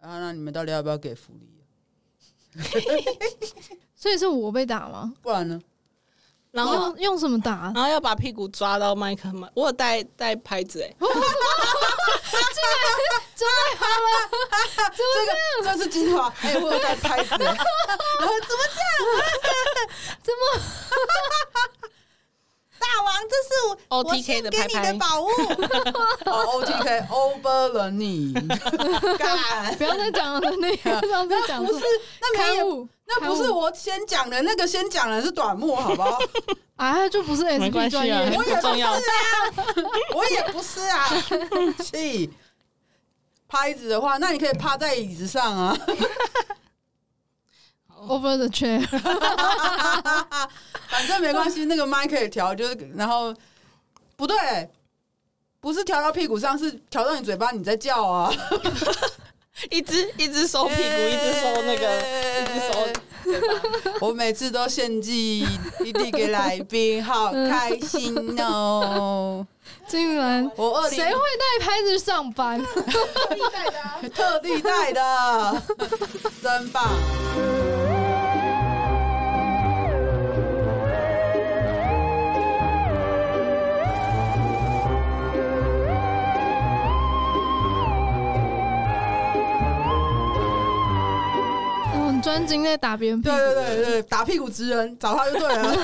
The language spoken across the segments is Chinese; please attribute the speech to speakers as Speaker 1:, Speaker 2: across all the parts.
Speaker 1: 啊，那你们到底要不要给福利、啊？
Speaker 2: 所以是我被打吗？
Speaker 1: 不然呢？
Speaker 3: 然后
Speaker 1: 哦
Speaker 2: 用用什么打？
Speaker 3: 然后要把屁股抓到麦克嘛，我有带带拍子哎、
Speaker 1: 这个这是精 华，还有我有带拍子，然后怎么
Speaker 4: 大王，这是
Speaker 3: OTK 哦
Speaker 4: 我
Speaker 3: 的
Speaker 4: 我献给你
Speaker 3: 拍拍
Speaker 4: 的宝物，
Speaker 1: 哦 OTK over 了你， 干，
Speaker 2: 不要再讲了，那个上次讲
Speaker 1: 不
Speaker 2: 错
Speaker 1: 是，那没
Speaker 2: 刊
Speaker 1: 有，
Speaker 2: 物
Speaker 1: 那不是
Speaker 2: 刊物
Speaker 1: 我先讲的，那个先讲的是短幕，好不好？
Speaker 2: 啊，就不是
Speaker 3: 没
Speaker 2: SP
Speaker 3: 关系
Speaker 2: 专
Speaker 3: 啊，
Speaker 2: 业，
Speaker 1: 我也
Speaker 3: 不
Speaker 1: 不
Speaker 3: 重
Speaker 1: 是
Speaker 3: 要
Speaker 1: 啊。，我也不是 啊，气。拍子的话，那你可以趴在椅子上 啊。
Speaker 2: over the chair，
Speaker 1: 反正没关系，那个麦可以调，就是然后不对，不是调到屁股上，是调到你嘴巴，你在叫啊，
Speaker 3: 一只一只收屁股，一只收 那个，一只收。
Speaker 1: 我每次都献祭一地给来宾，好开心哦！
Speaker 2: 竟然
Speaker 1: 我二零
Speaker 2: 谁会带拍子上班？
Speaker 1: 特地带的，真棒！
Speaker 2: 我很哦专精在打别人屁
Speaker 1: 对
Speaker 2: 股，
Speaker 1: 对对对，打屁股直人，找他就对了。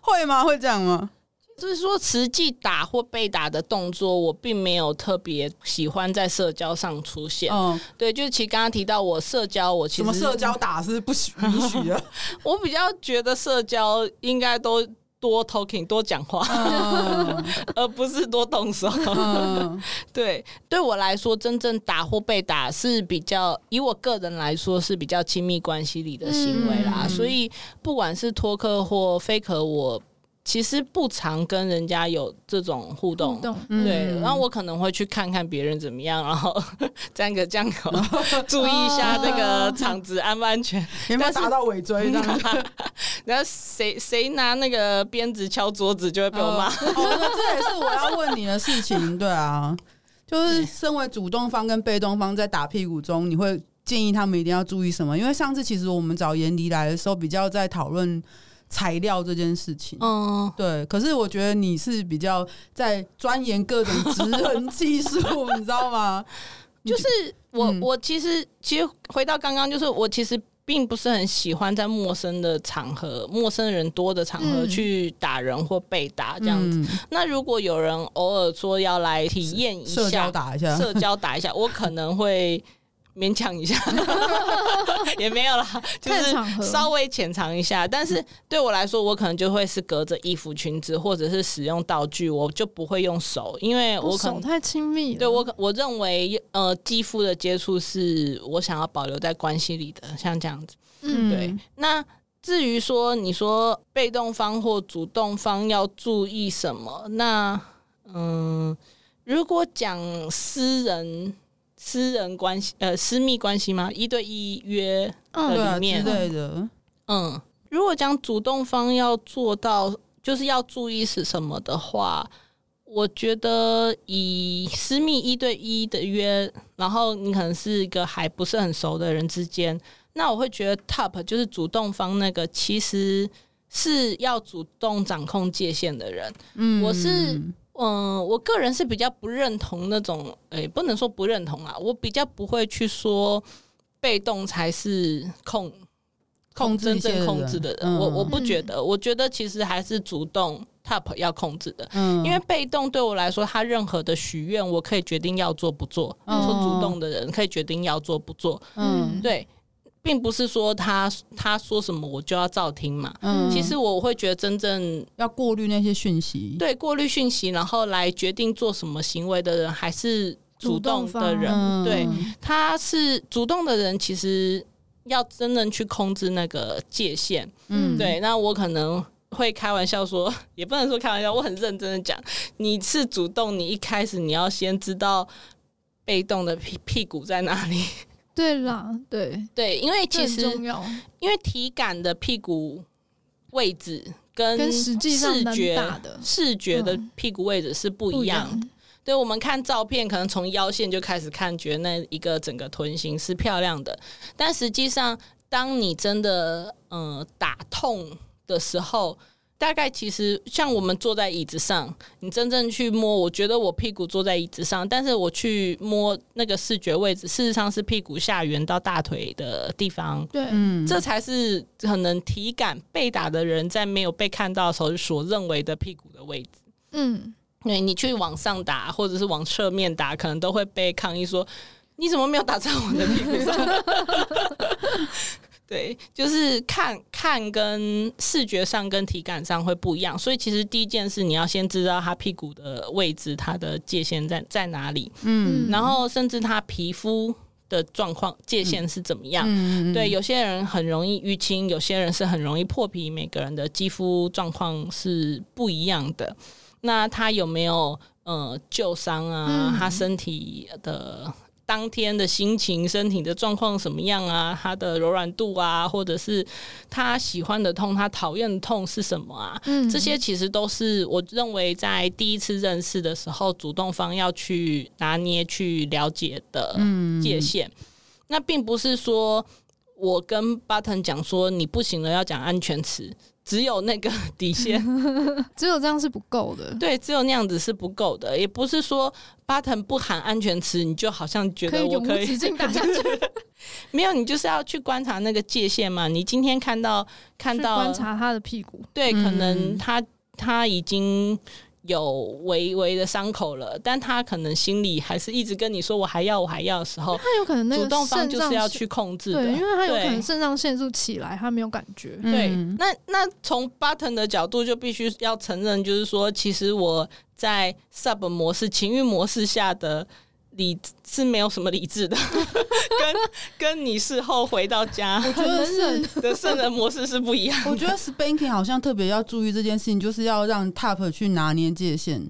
Speaker 1: 会吗？会这样吗？
Speaker 3: 就是说，实际打或被打的动作，我并没有特别喜欢在社交上出现。
Speaker 1: 嗯，
Speaker 3: 对，就是其实刚刚提到我社交，我其
Speaker 1: 什
Speaker 3: 实嗯
Speaker 1: 么社交打是不许允许的。
Speaker 3: 我比较觉得社交应该都多 talking 多讲话，
Speaker 1: 嗯
Speaker 3: 而不是多动手。
Speaker 1: 嗯
Speaker 3: 对，对我来说，真正打或被打是比较，以我个人来说是比较亲密关系里的行为啦。
Speaker 1: 嗯
Speaker 3: 所以不管是托客或飞客，我其实不常跟人家有这种互动。
Speaker 2: 互动。
Speaker 1: 嗯
Speaker 3: 对，然后我可能会去看看别人怎么样，然后 沾个酱油，注意一下那个场子安不安全。
Speaker 1: 有没有打到尾椎这样子？
Speaker 3: 然后谁谁拿那个鞭子敲桌子，就会被我骂。
Speaker 1: 哦，那这也是我要问你的事情。对啊，就是
Speaker 3: 嗯
Speaker 1: 身为主动方跟被动方在打屁股中，你会建议他们一定要注意什么？因为上次其实我们找严迪来的时候，比较在讨论材料这件事情。
Speaker 3: 嗯，
Speaker 1: 对，可是我觉得你是比较在钻研各种职人技术， 你知道吗？
Speaker 3: 就是我、
Speaker 1: 嗯
Speaker 3: 我其实其实回到刚刚，就是我其实并不是很喜欢在陌生的场合、陌生人多的场合
Speaker 2: 嗯
Speaker 3: 去打人或被打这样子。
Speaker 1: 嗯
Speaker 3: 那如果有人偶尔说要来体验一
Speaker 1: 社
Speaker 3: 下
Speaker 1: 交打一下，
Speaker 3: 社交打一下，我可能会勉强一下， 也没有啦，就
Speaker 2: 看场合
Speaker 3: 是稍微浅尝一下。但是对我来说，我可能就会是隔着衣服、裙子，或者是使用道具，我就不会用手，因为我可
Speaker 2: 手
Speaker 3: 能。
Speaker 2: 太亲密了，
Speaker 3: 对我可，我认为呃，肌肤的接触是我想要保留在关系里的，像这样子。
Speaker 2: 嗯
Speaker 3: 对，那至于说你说被动方或主动方要注意什么，那嗯，如果讲私人私人关系呃私密关系吗？一对一约
Speaker 1: 对
Speaker 2: 嗯
Speaker 1: 啊
Speaker 3: 里面
Speaker 1: 之类的，
Speaker 3: 嗯，如果讲主动方要做到，就是要注意是什么的话，我觉得以私密一对一的约，然后你可能是一个还不是很熟的人之间，那我会觉得 top 就是主动方那个其实是要主动掌控界限的人。
Speaker 1: 嗯
Speaker 3: 我是嗯，我个人是比较不认同那种，诶、不能说不认同啊，我比较不会去说被动才是控
Speaker 1: 控制
Speaker 3: 真
Speaker 1: 一些
Speaker 3: 正控制的人，我我不
Speaker 2: 嗯
Speaker 3: 觉得，我觉得其实还是主动 top 要控制的，
Speaker 1: 嗯
Speaker 3: 因为被动对我来说，他任何的许愿我可以决定要做不做，
Speaker 1: 嗯
Speaker 3: 说主动的人可以决定要做不做，
Speaker 2: 嗯
Speaker 3: 对，并不是说他他说什么我就要照听嘛。
Speaker 1: 嗯
Speaker 3: 其实我会觉得真正
Speaker 1: 要过滤那些讯息，
Speaker 3: 对过滤讯息，然后来决定做什么行为的人，还是主动的
Speaker 2: 主动
Speaker 3: 人。
Speaker 1: 嗯
Speaker 3: 对，他是主动的人，其实要真正去控制那个界限。
Speaker 1: 嗯，
Speaker 3: 对，那我可能会开玩笑说， 也不能说开玩笑，我很认真的讲，你是主动，你一开始你要先知道被动的屁屁股在哪里。
Speaker 2: 对啦，对，
Speaker 3: 对，因为
Speaker 2: 这
Speaker 3: 其
Speaker 2: 很重
Speaker 3: 实
Speaker 2: 要，
Speaker 3: 因为体感的屁股位置跟
Speaker 2: 跟实际上
Speaker 3: 视
Speaker 2: 能
Speaker 3: 觉
Speaker 2: 打的
Speaker 3: 视觉的
Speaker 2: 嗯
Speaker 3: 屁股位置是不
Speaker 2: 不
Speaker 3: 一
Speaker 2: 一
Speaker 3: 样的。对我们看照片，可能从腰线就开始看，觉得那一个整个臀型是漂亮的，但实际上，当你真的嗯、呃打痛的时候，大概其实像我们坐在椅子上，你真正去摸，我觉得我屁股坐在椅子上，但是我去摸那个视觉位置，事实上是屁股下缘到大腿的地方，
Speaker 2: 对，
Speaker 1: 嗯，
Speaker 3: 这才是可能体感被打的人在没有被看到的时候所认为的屁股的位置。
Speaker 2: 嗯，
Speaker 3: 对你去往上打，或者是往侧面打，可能都会被抗议说你怎么没有打在我的屁股上？ 对，就是看看跟视觉上跟体感上会不一样，所以其实第一件事你要先知道他屁股的位置，它的界限在在哪里，
Speaker 1: 嗯
Speaker 2: 嗯
Speaker 3: 然后甚至他皮肤的状况界限是怎么样。
Speaker 1: 嗯
Speaker 3: 对，，有些人很容易淤青，有些人是很容易破皮，每个人的肌肤状况是不一样的。那他有没有呃旧伤啊？
Speaker 2: 嗯
Speaker 3: 他身体的当天的心情、身体的状况什么样啊？他的柔软度啊，或者是他喜欢的痛、他讨厌的痛是什么啊？
Speaker 2: 嗯，
Speaker 3: 这些其实都是我认为在第一次认识的时候，主动方要去拿捏、去了解的
Speaker 1: 嗯
Speaker 3: 界限。那并不是说我跟 Button 讲说你不行了，要讲安全词，只有那个底 线，
Speaker 2: 只有这样是不够的，
Speaker 3: 对，只有那样子是不够的。也不是说 Button 不喊安全词，你就好像觉
Speaker 2: 可
Speaker 3: 得
Speaker 2: 以
Speaker 3: 我
Speaker 2: 永无
Speaker 3: 可以
Speaker 2: 止境 打下去，
Speaker 3: 没有，你就是要去观察那个界限嘛。你今天看到看
Speaker 2: 去
Speaker 3: 到
Speaker 2: 观察他的屁 股，
Speaker 3: 对，可能
Speaker 1: 嗯
Speaker 3: 他他已经有微微的伤口了，但他可能心里还是一直跟你说我还要我还要的时候，
Speaker 2: 他有可能那个
Speaker 3: 主动方
Speaker 2: 肾
Speaker 3: 就是
Speaker 2: 脏
Speaker 3: 要
Speaker 2: 腺
Speaker 3: 去控制的，
Speaker 2: 对，因为他有可
Speaker 3: 对
Speaker 2: 能肾上腺素起来，他没有感觉，
Speaker 3: 对，
Speaker 1: 嗯
Speaker 3: 那那从 button 的角度就必须要承认，就是说，其实我在 sub 模式、情欲模式下的理是没有什么理智的， 跟跟你事后回到家
Speaker 1: 我觉得是，
Speaker 3: 的圣人模式是不一样。
Speaker 1: 我觉得 spanking 好像特别要注意这件事情，就是要让 top 去拿捏界限，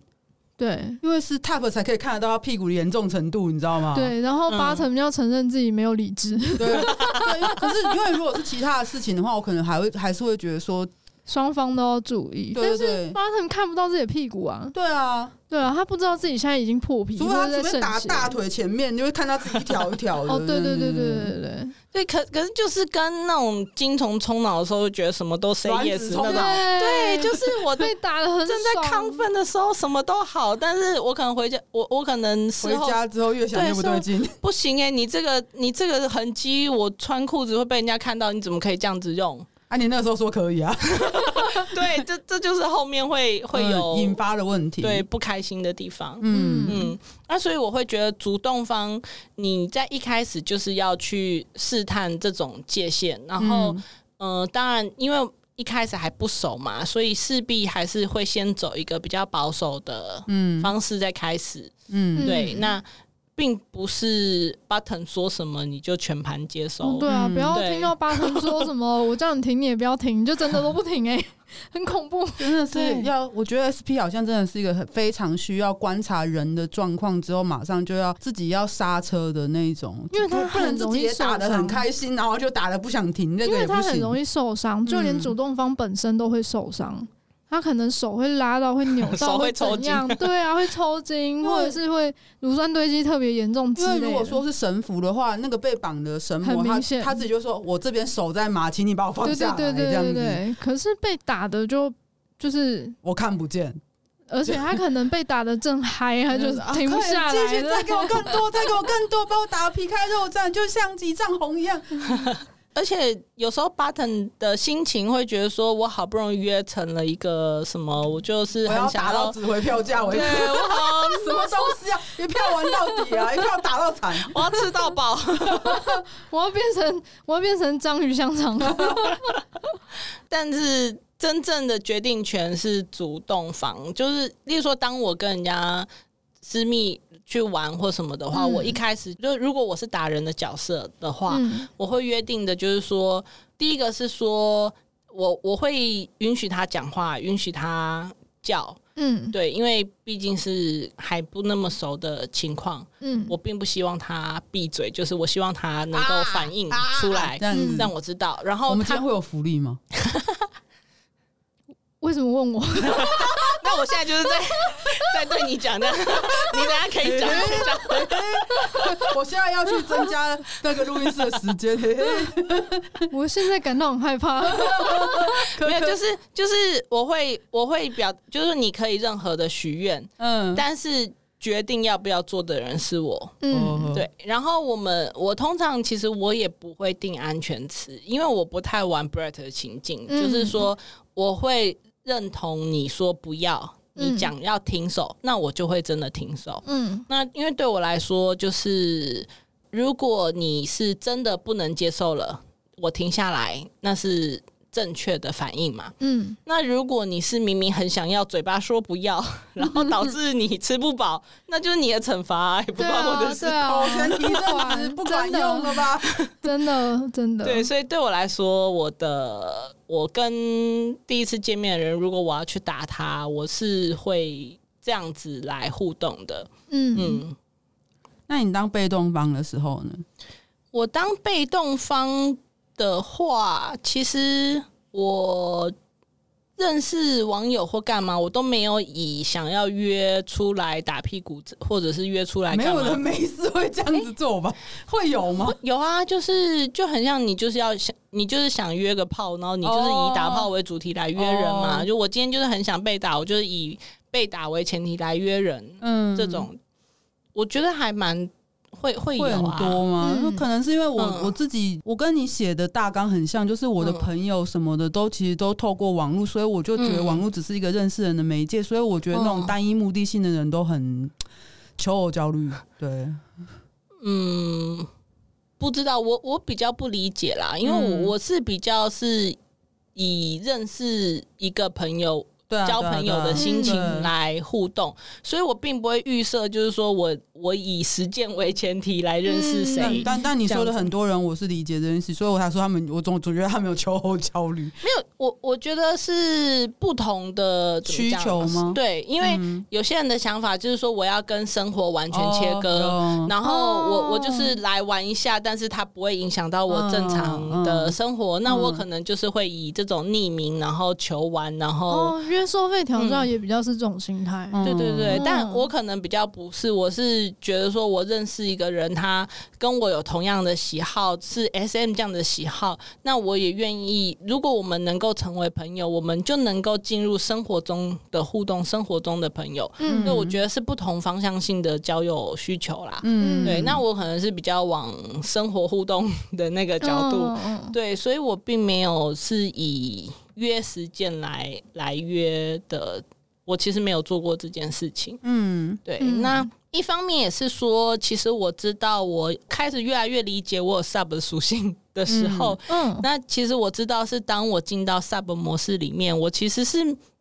Speaker 2: 对。
Speaker 1: 因为是 top 才可以看得到他屁股的严重程度，你知道吗？
Speaker 2: 对，然后
Speaker 3: 嗯
Speaker 2: 八成要承认自己没有理智，
Speaker 1: 对 对，因为可是因为如果是其他的事情的话，我可能还会还是会觉得说，
Speaker 2: 双方都要注意。
Speaker 1: 对对对
Speaker 2: 八成看不到自己的屁股啊，
Speaker 1: 对啊，
Speaker 2: 对啊，他不知道自己现在已经破皮，
Speaker 1: 除
Speaker 2: 或
Speaker 1: 非他随
Speaker 2: 者在
Speaker 1: 便
Speaker 2: 渗
Speaker 1: 打
Speaker 2: 血。
Speaker 1: 大腿前面，你就会看到自己一条一条的。
Speaker 2: 哦，对对对对对对对，
Speaker 3: 对，可可是就是跟那种精虫冲脑的时候，就觉得什么都 say
Speaker 1: 卵子
Speaker 3: yes
Speaker 1: 冲
Speaker 3: 那
Speaker 1: 脑
Speaker 3: 种，对，就是我的
Speaker 2: 被打的很
Speaker 3: 正在
Speaker 2: 爽
Speaker 3: 亢，奋的时候，什么都好，但是我可能回家，我我可能事
Speaker 1: 回
Speaker 3: 后
Speaker 1: 家之后越想越不对劲，
Speaker 3: 不行哎、你这个你这个痕迹，我穿裤子会被人家看到，你怎么可以这样子用？
Speaker 1: 啊，你那个时候说可以啊，
Speaker 3: 对，这这就是后面会会有、
Speaker 1: 嗯引发的问题。
Speaker 3: 对，不开心的地方。
Speaker 1: 嗯，
Speaker 3: 嗯，那所以我会觉得主动方你在一开始就是要去试探这种界限，然后
Speaker 1: 嗯
Speaker 3: 嗯、呃当然因为一开始还不熟嘛，所以势必还是会先走一个比较保守的
Speaker 1: 嗯
Speaker 3: 方式再开始。
Speaker 1: 嗯，
Speaker 3: 对，
Speaker 2: 嗯
Speaker 3: 那并不是 Button 说什么你就全盘接收。
Speaker 2: 哦，对啊，
Speaker 1: 嗯
Speaker 2: 不要
Speaker 3: 对
Speaker 2: 听到八成说什 么我叫你停你也不要停，你就真的都不停哎、很恐怖。
Speaker 1: 真的是
Speaker 3: 对
Speaker 1: 要，我觉得 SP 好像真的是一个很非常需要观察人的状况之后，马上就要自己要刹车的那一种，
Speaker 2: 因为他
Speaker 1: 就不能
Speaker 2: 很
Speaker 1: 自
Speaker 2: 容
Speaker 1: 己
Speaker 2: 易
Speaker 1: 也打的
Speaker 2: 受
Speaker 1: 很
Speaker 2: 伤
Speaker 1: 开心，然后就打的不想停，那
Speaker 2: 因
Speaker 1: 个
Speaker 2: 为
Speaker 1: 也不
Speaker 2: 他很
Speaker 1: 行。
Speaker 2: 容易受伤，就连主动方本身都会受伤。他可能手会拉到，会扭
Speaker 3: 手
Speaker 2: 到，
Speaker 3: 会抽
Speaker 2: 怎
Speaker 3: 筋
Speaker 2: 样？对啊，会抽筋，
Speaker 1: 为
Speaker 2: 或者是会乳酸堆积特别严重之
Speaker 1: 因为
Speaker 2: 类的。
Speaker 1: 如果说是神符的话，那个被绑的神魔
Speaker 2: 很
Speaker 1: 他
Speaker 2: 明显
Speaker 1: 他自己就说：“我这边手在麻，请你把我放
Speaker 2: 对
Speaker 1: 下
Speaker 2: 对
Speaker 1: 来。”
Speaker 2: 对
Speaker 1: 这
Speaker 2: 对
Speaker 1: 样
Speaker 2: 对
Speaker 1: 子，
Speaker 2: 对，可是被打的就就是，
Speaker 1: 我看不见，
Speaker 2: 而且他可能被打的正嗨，他就
Speaker 1: 就是啊
Speaker 2: 停不
Speaker 1: 快点
Speaker 2: 下
Speaker 1: 继
Speaker 2: 来
Speaker 1: 续
Speaker 2: 了
Speaker 1: 再。给我更多，再给我更多，把我打得皮开肉绽，就像几丈红一 样。
Speaker 3: 而且有时候 Button 的心情会觉得说，我好不容易约成了一个什么，我就是
Speaker 1: 我
Speaker 3: 很
Speaker 1: 要
Speaker 3: 想
Speaker 1: 打到
Speaker 3: 要。
Speaker 1: 值回票价为
Speaker 3: 对，
Speaker 1: 止，
Speaker 3: 我好，
Speaker 1: 什么东西啊？一票玩到底 啊，一票打到惨。
Speaker 3: 我要吃到 饱。
Speaker 2: 我要变成我要变成章鱼 香肠，
Speaker 3: 但是真正的决定权是主动方，就是例如说，当我跟人家私密去玩或什么的话，
Speaker 2: 嗯
Speaker 3: 我一开始就如果我是打人的角色的话，
Speaker 2: 嗯
Speaker 3: 我会约定的就是说，第一个是说我我会允许他讲话，允许他叫，
Speaker 2: 嗯
Speaker 3: 对，因为毕竟是还不那么熟的情况，
Speaker 2: 嗯，
Speaker 3: 我并不希望他闭嘴，就是我希望他能够
Speaker 1: 啊
Speaker 3: 反应出来，
Speaker 1: 这样子
Speaker 2: 嗯，
Speaker 3: 哎让我知道。然
Speaker 1: 我
Speaker 3: 后
Speaker 1: 们今
Speaker 3: 他
Speaker 1: 天会有福利吗？
Speaker 2: 为什么问我？
Speaker 3: 那我现在就是在在对你讲的，你等下可以讲一讲。
Speaker 1: 我现在要去增加那个录音室的时 间，嘿嘿
Speaker 2: 我现在感到很害 怕。
Speaker 1: 可
Speaker 3: 没有，
Speaker 1: 可
Speaker 3: 就是就是我会我会表，就是你可以任何的许愿，
Speaker 1: 嗯，
Speaker 3: 但是决定要不要做的人是我。
Speaker 1: 哦
Speaker 2: 嗯，
Speaker 3: 对，然后我们我通常其实我也不会定安全词，因为我不太玩 Brett 的情境，
Speaker 2: 嗯
Speaker 3: 就是说我会认同你说不要，
Speaker 2: 嗯
Speaker 3: 你讲要停手，那我就会真的停手。
Speaker 2: 嗯
Speaker 3: 那因为对我来说，就是如果你是真的不能接受了，我停下来，那是正确的反应嘛。
Speaker 2: 嗯
Speaker 3: 那如果你是明明很想要，嘴巴说不要， 然后导致你吃不饱，那就是你的惩罚啊、也不
Speaker 2: 对
Speaker 3: 关我的
Speaker 2: 啊，
Speaker 3: 事
Speaker 2: 对啊
Speaker 1: 口，哦前提证词不管用了吧？
Speaker 2: 真的
Speaker 1: 嗯
Speaker 2: 真的，
Speaker 3: 对，所以对我来说，我的我跟第一次见面的人，如果我要去打他，我是会这样子来互动的。
Speaker 2: 嗯
Speaker 3: 嗯，
Speaker 1: 那你当被动方的时候呢？
Speaker 3: 我当被动方的话，其实我认识网友或干嘛，我都没有以想要约出来打屁股，或者是约出来
Speaker 1: 没
Speaker 3: 干
Speaker 1: 有
Speaker 3: 嘛
Speaker 1: 人。没事会这样子做吧？会有吗？
Speaker 3: 有啊，就是就很像你，就是要想你就是想约个炮，然后你就是
Speaker 1: 哦
Speaker 3: 以打炮为主题来约人嘛。
Speaker 1: 哦
Speaker 3: 就我今天就是很想被打，我就是以被打为前提来约人，
Speaker 1: 嗯，
Speaker 3: 这种我觉得还蛮会会有
Speaker 1: 会很
Speaker 3: 啊。
Speaker 1: 多吗？
Speaker 2: 嗯
Speaker 1: 就可能是因为我、
Speaker 3: 嗯
Speaker 1: 我自己，我跟你写的大纲很像，就是我的
Speaker 3: 嗯
Speaker 1: 朋友什么的都其实都透过网络，所以我就觉得
Speaker 3: 嗯
Speaker 1: 网络只是一个认识人的媒介，所以我觉得那种
Speaker 3: 嗯
Speaker 1: 单一目的性的人都很求偶焦虑。对，
Speaker 3: 嗯，不知道，我我比较不理解啦，因为我、
Speaker 1: 嗯
Speaker 3: 我是比较是以认识一个朋友
Speaker 1: 对啊，
Speaker 3: 交朋友的心情
Speaker 1: 对啊对啊
Speaker 3: 来互动，所以我并不会预设，就是说我我以实践为前提来认识
Speaker 2: 嗯
Speaker 3: 谁
Speaker 1: 但。但但你
Speaker 3: 这样
Speaker 1: 说的
Speaker 3: 子
Speaker 1: 很多人，我是理解这件事，所以我才说他们，我总总觉得他们有求偶焦虑。
Speaker 3: 没有，我我觉得是不同的怎么讲
Speaker 1: 需求吗
Speaker 3: 对，因为
Speaker 1: 嗯
Speaker 3: 有些人的想法就是说我要跟生活完 全切割。
Speaker 1: 哦
Speaker 3: 然后我、
Speaker 2: 哦
Speaker 3: 我就是来玩一下，但是它不会影响到我正常
Speaker 1: 嗯
Speaker 3: 的生活。那我可能就是会以这种匿名，然后求玩，然后、
Speaker 2: 哦，约收费调教也比较是这种心态，
Speaker 1: 嗯
Speaker 3: 对对对。
Speaker 2: 嗯
Speaker 3: 但我可能比较不是，我是觉得说我认识一个人，他跟我有同样的喜好，是 S M 这样的喜好，那我也愿意。如果我们能够成为朋友，我们就能够进入生活中的互动，生活中的朋友。
Speaker 1: 嗯
Speaker 3: 所以我觉得是不同方向性的交友需求啦。
Speaker 1: 嗯
Speaker 3: 对，那我可能是比较往生活互动的那个角
Speaker 1: 哦
Speaker 3: 度，
Speaker 2: 嗯，嗯
Speaker 3: 对，所以我并没有是以约时间来来约的，我其实没有做过这件事情。
Speaker 1: 嗯
Speaker 3: 对，
Speaker 2: 嗯
Speaker 3: 那一方面也是说，其实我知道我开始越来越理解我有 sub 的属性的时候，
Speaker 2: 嗯，
Speaker 3: 那其实我知道是当我进到 sub 模式里面，我其实是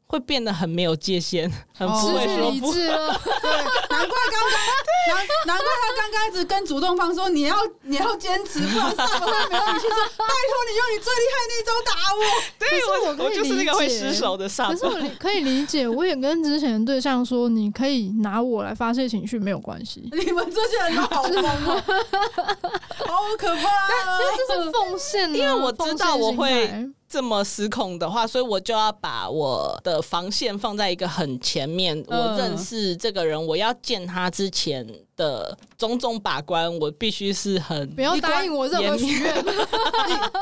Speaker 3: 会变得很没有界限，很
Speaker 1: 哦
Speaker 3: 不
Speaker 2: 失
Speaker 3: 会
Speaker 2: 去
Speaker 3: 说
Speaker 2: 理
Speaker 3: 不。
Speaker 2: 智 了，
Speaker 1: 对，难怪刚刚难难怪他刚刚一直跟主动方说你要你要坚持，不然上回会没有你去说，拜托你用你最厉害那一招打我。
Speaker 3: 对
Speaker 2: 可哎是我可以
Speaker 3: 我就是那个会失手的
Speaker 2: 可
Speaker 3: sub
Speaker 2: 是。我理可以理解，我也跟之前的对象说，你可以拿我来发泄情绪，没有关系。
Speaker 1: 你们这些人都好疯哦，好可怕、哦！
Speaker 2: 这是奉献啊，
Speaker 3: 呃因为我知道我会
Speaker 2: 奉献心态
Speaker 3: 这么失控的话，所以我就要把我的防线放在一个很前面。
Speaker 1: 嗯
Speaker 3: 我认识这个人，我要见他之前的种种把关，我必须是很
Speaker 2: 不要答应我任何许愿，
Speaker 1: 你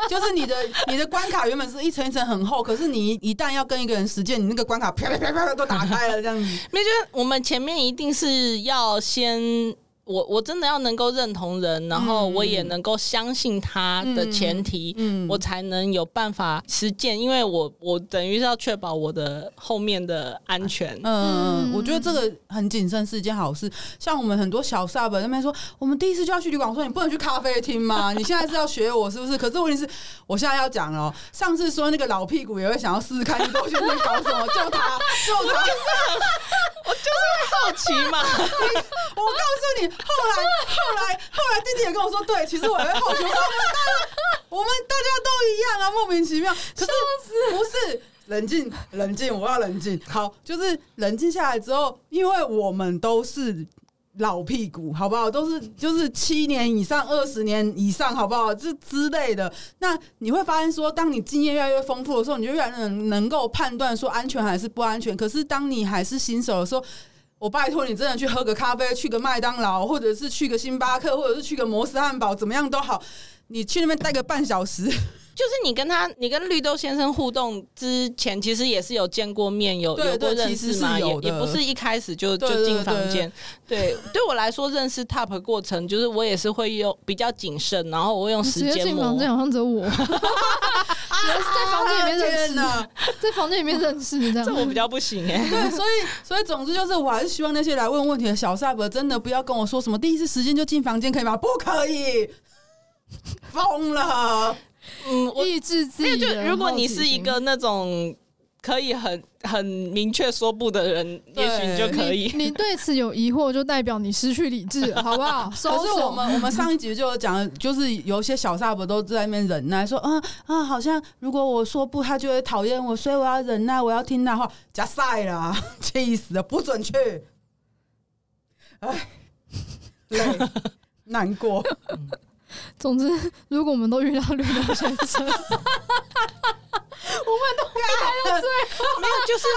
Speaker 1: 就是你的你的关卡原本是一层一层很厚，可是你一旦要跟一个人实践，你那个关卡啪啪啪啪都打开了，这样子。
Speaker 3: 没有，就是我们前面一定是要先，我我真的要能够认同人，然后我也能够相信他的前提，
Speaker 1: 嗯
Speaker 3: 我才能有办法实践，因为我我等于是要确保我的后面的安全。
Speaker 1: 嗯，
Speaker 2: 嗯
Speaker 1: 我觉得这个很谨慎是一件好事。像我们很多小 sub 那边说，我们第一次就要去旅馆，我说你不能去咖啡厅吗？你现在是要学我是不是？可是问题是，我现在要讲了哦。上次说那个老屁股也会想要试试看，你都现在搞什么？救他，救他！
Speaker 3: 好奇嘛，
Speaker 1: 我告诉你，后来后来后来，弟弟也跟我说，对，其实我也会后悔。我说我们大家我们大家都一样啊，莫名其妙。可是不是冷静冷静，我要冷静。好，就是冷静下来之后，因为我们都是。老屁股，好不好？都是就是七年以上、二十年以上，好不好？这之类的。那你会发现说，当你经验越来越丰富的时候，你就越来越能能够判断说安全还是不安全。可是当你还是新手的时候，我拜托你真的去喝个咖啡，去个麦当劳，或者是去个星巴克，或者是去个摩斯汉堡，怎么样都好，你去那边待个半小时，
Speaker 3: 就是你跟他，你跟绿豆先生互动之前，其实也是有见过面，有
Speaker 1: 对
Speaker 3: 有过
Speaker 1: 对
Speaker 3: 认
Speaker 1: 其实
Speaker 3: 识嘛，
Speaker 1: 是
Speaker 3: 也
Speaker 1: 有的
Speaker 3: 也不是一开始就
Speaker 1: 对
Speaker 3: 就
Speaker 1: 对
Speaker 3: 进
Speaker 1: 对
Speaker 3: 房
Speaker 1: 对
Speaker 3: 间。对， 对我来说，认识 TOP 过程就是我也是会用比较谨慎，然后我会用
Speaker 2: 你
Speaker 3: 时
Speaker 2: 直接
Speaker 3: 间
Speaker 2: 进
Speaker 3: 磨
Speaker 2: 房间好像只有我，在房间里面认识
Speaker 1: 天哪
Speaker 2: 在房间里面认识这样。
Speaker 3: 这我比较不行哎、
Speaker 1: 对，所以所以总之就是，我还是希望那些来问问题的小 s 伯真的不要跟我说什么第一次时间就进房间可以吗？不可以，疯了！
Speaker 3: 嗯，我
Speaker 2: 抑制自
Speaker 3: 因为
Speaker 2: 己
Speaker 3: 就
Speaker 2: 的好奇心。
Speaker 3: 如果你是一个那种可以很很明确说不的人，
Speaker 1: 对
Speaker 3: 也许你就可以。
Speaker 2: 你对此有疑惑，就代表你失去理智了，好不 好？收
Speaker 1: 可是我
Speaker 2: 手。
Speaker 1: 们我们上一集就有讲，就是有些小 s 伯都在那边忍耐，说啊啊，好像如果我说不，他就会讨厌我，所以我要忍耐，我要听他话，加塞啦， 气死了，不准去，哎， 累，难过。
Speaker 2: 总之，如果我们都遇到绿豆先生，
Speaker 3: 没有，就是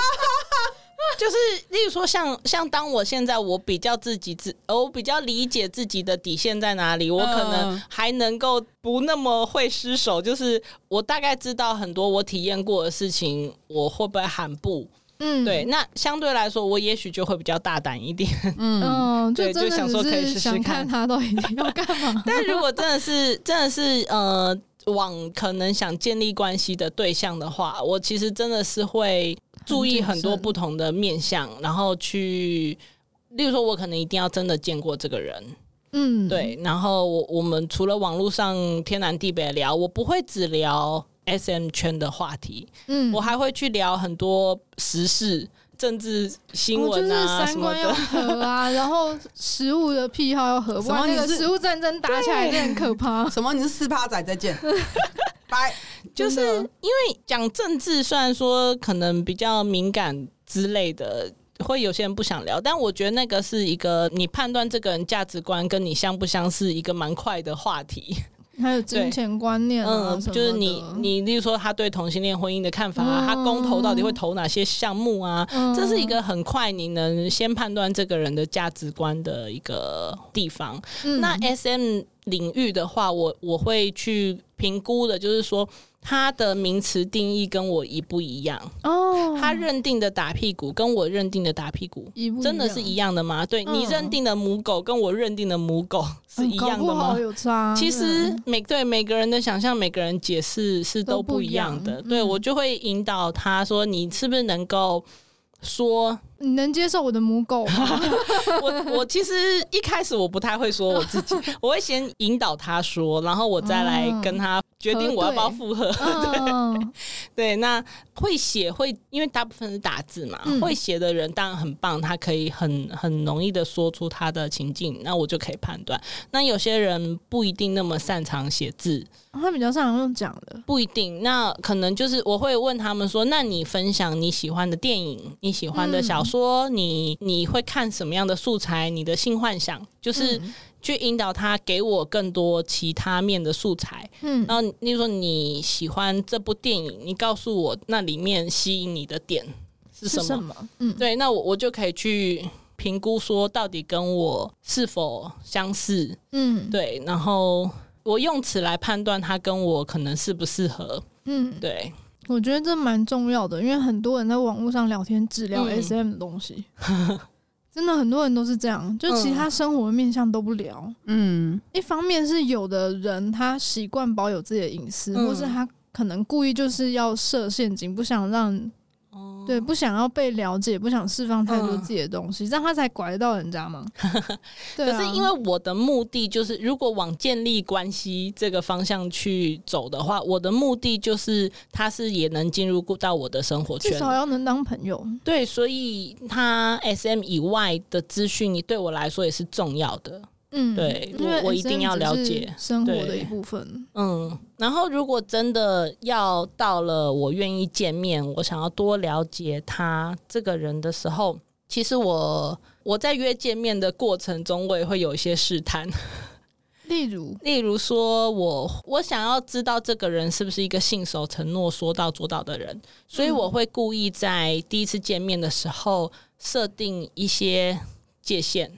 Speaker 3: 就是，例如说像，像当我现在我比较自己自，呃我比较理解自己的底线在哪里，我可能
Speaker 1: 嗯
Speaker 3: 还能够不那么会失手，就是我大概知道很多我体验过的事情，我会不会喊不？
Speaker 2: 嗯，
Speaker 3: 对，，那相对来说，我也许就会比较大胆一点。
Speaker 2: 嗯，
Speaker 3: 对
Speaker 2: 真
Speaker 3: 就
Speaker 2: 的
Speaker 3: 想说
Speaker 2: 只
Speaker 3: 可以
Speaker 2: 是
Speaker 3: 试试
Speaker 2: 想看
Speaker 3: 看。
Speaker 2: 他到底要干嘛
Speaker 3: 但如果真的是真的是呃，往可能想建立关系的对象的话，我其实真的是会注意很多不同的面相，然后去。例如说，我可能一定要真的见过这个人，
Speaker 2: 嗯，，
Speaker 3: 对。然后我我们除了网络上天南地北聊，我不会只聊 S M 圈的话题，
Speaker 2: 嗯，
Speaker 3: 我还会去聊很多时事、政治新闻
Speaker 2: 哦
Speaker 3: 啊、
Speaker 2: 就是
Speaker 3: 什
Speaker 2: 三
Speaker 3: 么
Speaker 2: 观要
Speaker 3: 的。
Speaker 2: 合啊，然后食物的癖好要合，不
Speaker 1: 什
Speaker 2: 然
Speaker 1: 么
Speaker 2: 那个
Speaker 1: 你是
Speaker 2: 食物战争打起来真的很可怕。
Speaker 1: 什么？你是四趴仔？再 见，拜。
Speaker 3: 就是
Speaker 2: 真的
Speaker 3: 因为讲政治，虽然说可能比较敏感之类的，会有些人不想聊，但我觉得那个是一个你判断这个人价值观跟你相不相似一个蛮快的话题。
Speaker 2: 还有金钱观念啊，
Speaker 3: 嗯，
Speaker 2: 什么
Speaker 3: 就是你
Speaker 2: 的，
Speaker 3: 你例如说他对同性恋婚姻的看法啊，
Speaker 2: 嗯
Speaker 3: 他公投到底会投哪些项目啊？
Speaker 2: 嗯
Speaker 3: 这是一个很快你能先判断这个人的价值观的一个地方。
Speaker 2: 嗯
Speaker 3: 那 S M 领域的话，我我会去评估的，就是说它的名词定义跟我一不一样，
Speaker 2: 哦，
Speaker 3: 他认定的打屁股跟我认定的打屁股。
Speaker 2: 一不
Speaker 3: 真的是一样的吗？对
Speaker 2: 嗯
Speaker 3: 你认定的母狗跟我认定的母狗是
Speaker 2: 嗯
Speaker 3: 一样
Speaker 2: 搞不
Speaker 3: 的吗
Speaker 2: 好？有差。
Speaker 3: 其实
Speaker 2: 嗯
Speaker 3: 每对每个人的想象，每个人解释是
Speaker 2: 都
Speaker 3: 都
Speaker 2: 不
Speaker 3: 不
Speaker 2: 一
Speaker 3: 一样
Speaker 2: 样
Speaker 3: 的。
Speaker 2: 嗯
Speaker 3: 对我就会引导他说：“你是不是能够说
Speaker 2: 你能接受我的母狗 吗？
Speaker 3: 我我其实一开始我不太会说我自己，我会先引导他说，然后我再来跟他决定我要不要复合。
Speaker 2: 嗯，
Speaker 3: 对，那会写会，因为大部分是打字嘛，
Speaker 2: 嗯
Speaker 3: 会写的人当然很棒，他可以很很容易的说出他的情境，那我就可以判断。那有些人不一定那么擅长写字，
Speaker 2: 他比较擅长用讲的。
Speaker 3: 不一定，那可能就是我会问他们说：“那你分享你喜欢的电影、你喜欢的小说，
Speaker 2: 嗯
Speaker 3: 你你会看什么样的素材？你的性幻想，就是
Speaker 2: 嗯
Speaker 3: 去引导他给我更多其他面的素材。
Speaker 2: 嗯，
Speaker 3: 然后，例如说你喜欢这部电影，你告诉我那里面吸引你的点是什
Speaker 2: 是
Speaker 3: 么？
Speaker 2: 什么？嗯，
Speaker 3: 对，那我我就可以去评估说到底跟我是否相似。
Speaker 2: 嗯，，
Speaker 3: 对，然后我用此来判断他跟我可能适不适合。
Speaker 2: 嗯，
Speaker 3: 对，
Speaker 2: 我觉得这蛮重要的，因为很多人在网络上聊天只聊
Speaker 3: 嗯
Speaker 2: SM 的东 西，真的很多人都是这样，就其
Speaker 3: 嗯
Speaker 2: 他生活面向都不聊。
Speaker 1: 嗯，
Speaker 2: 一方面是有的人他习惯保有自己的隐私，
Speaker 3: 嗯
Speaker 2: 或是他可能故意就是要设陷阱，不想让
Speaker 3: 哦
Speaker 2: 对不想要被了解，不想释放太多
Speaker 3: 嗯
Speaker 2: 自己的东西，这样他才拐得到人家嘛。 对、啊，
Speaker 3: 可是因为我的目的就是，如果往建立关系这个方向去走的话，我的目的就是他是也能进入到我的生活
Speaker 2: 至
Speaker 3: 圈。
Speaker 2: 少要能当朋友。
Speaker 3: 对，所以他 S M 以外的资讯对我来说也是重要的。
Speaker 2: 嗯，
Speaker 3: 对
Speaker 2: 因为
Speaker 3: 我我一定
Speaker 2: SM
Speaker 3: 要了
Speaker 2: 只是
Speaker 3: 解
Speaker 2: 生活的
Speaker 3: 对
Speaker 2: 一部分。
Speaker 3: 嗯，然后如果真的要到了我愿意见面，我想要多了解他这个人的时候，其实我我在约见面的过程中，我也会有一些试探，
Speaker 2: 例如，
Speaker 3: 例如说我我想要知道这个人是不是一个信守承诺、说到做到的人，所以我会故意在第一次见面的时候设定一些界限。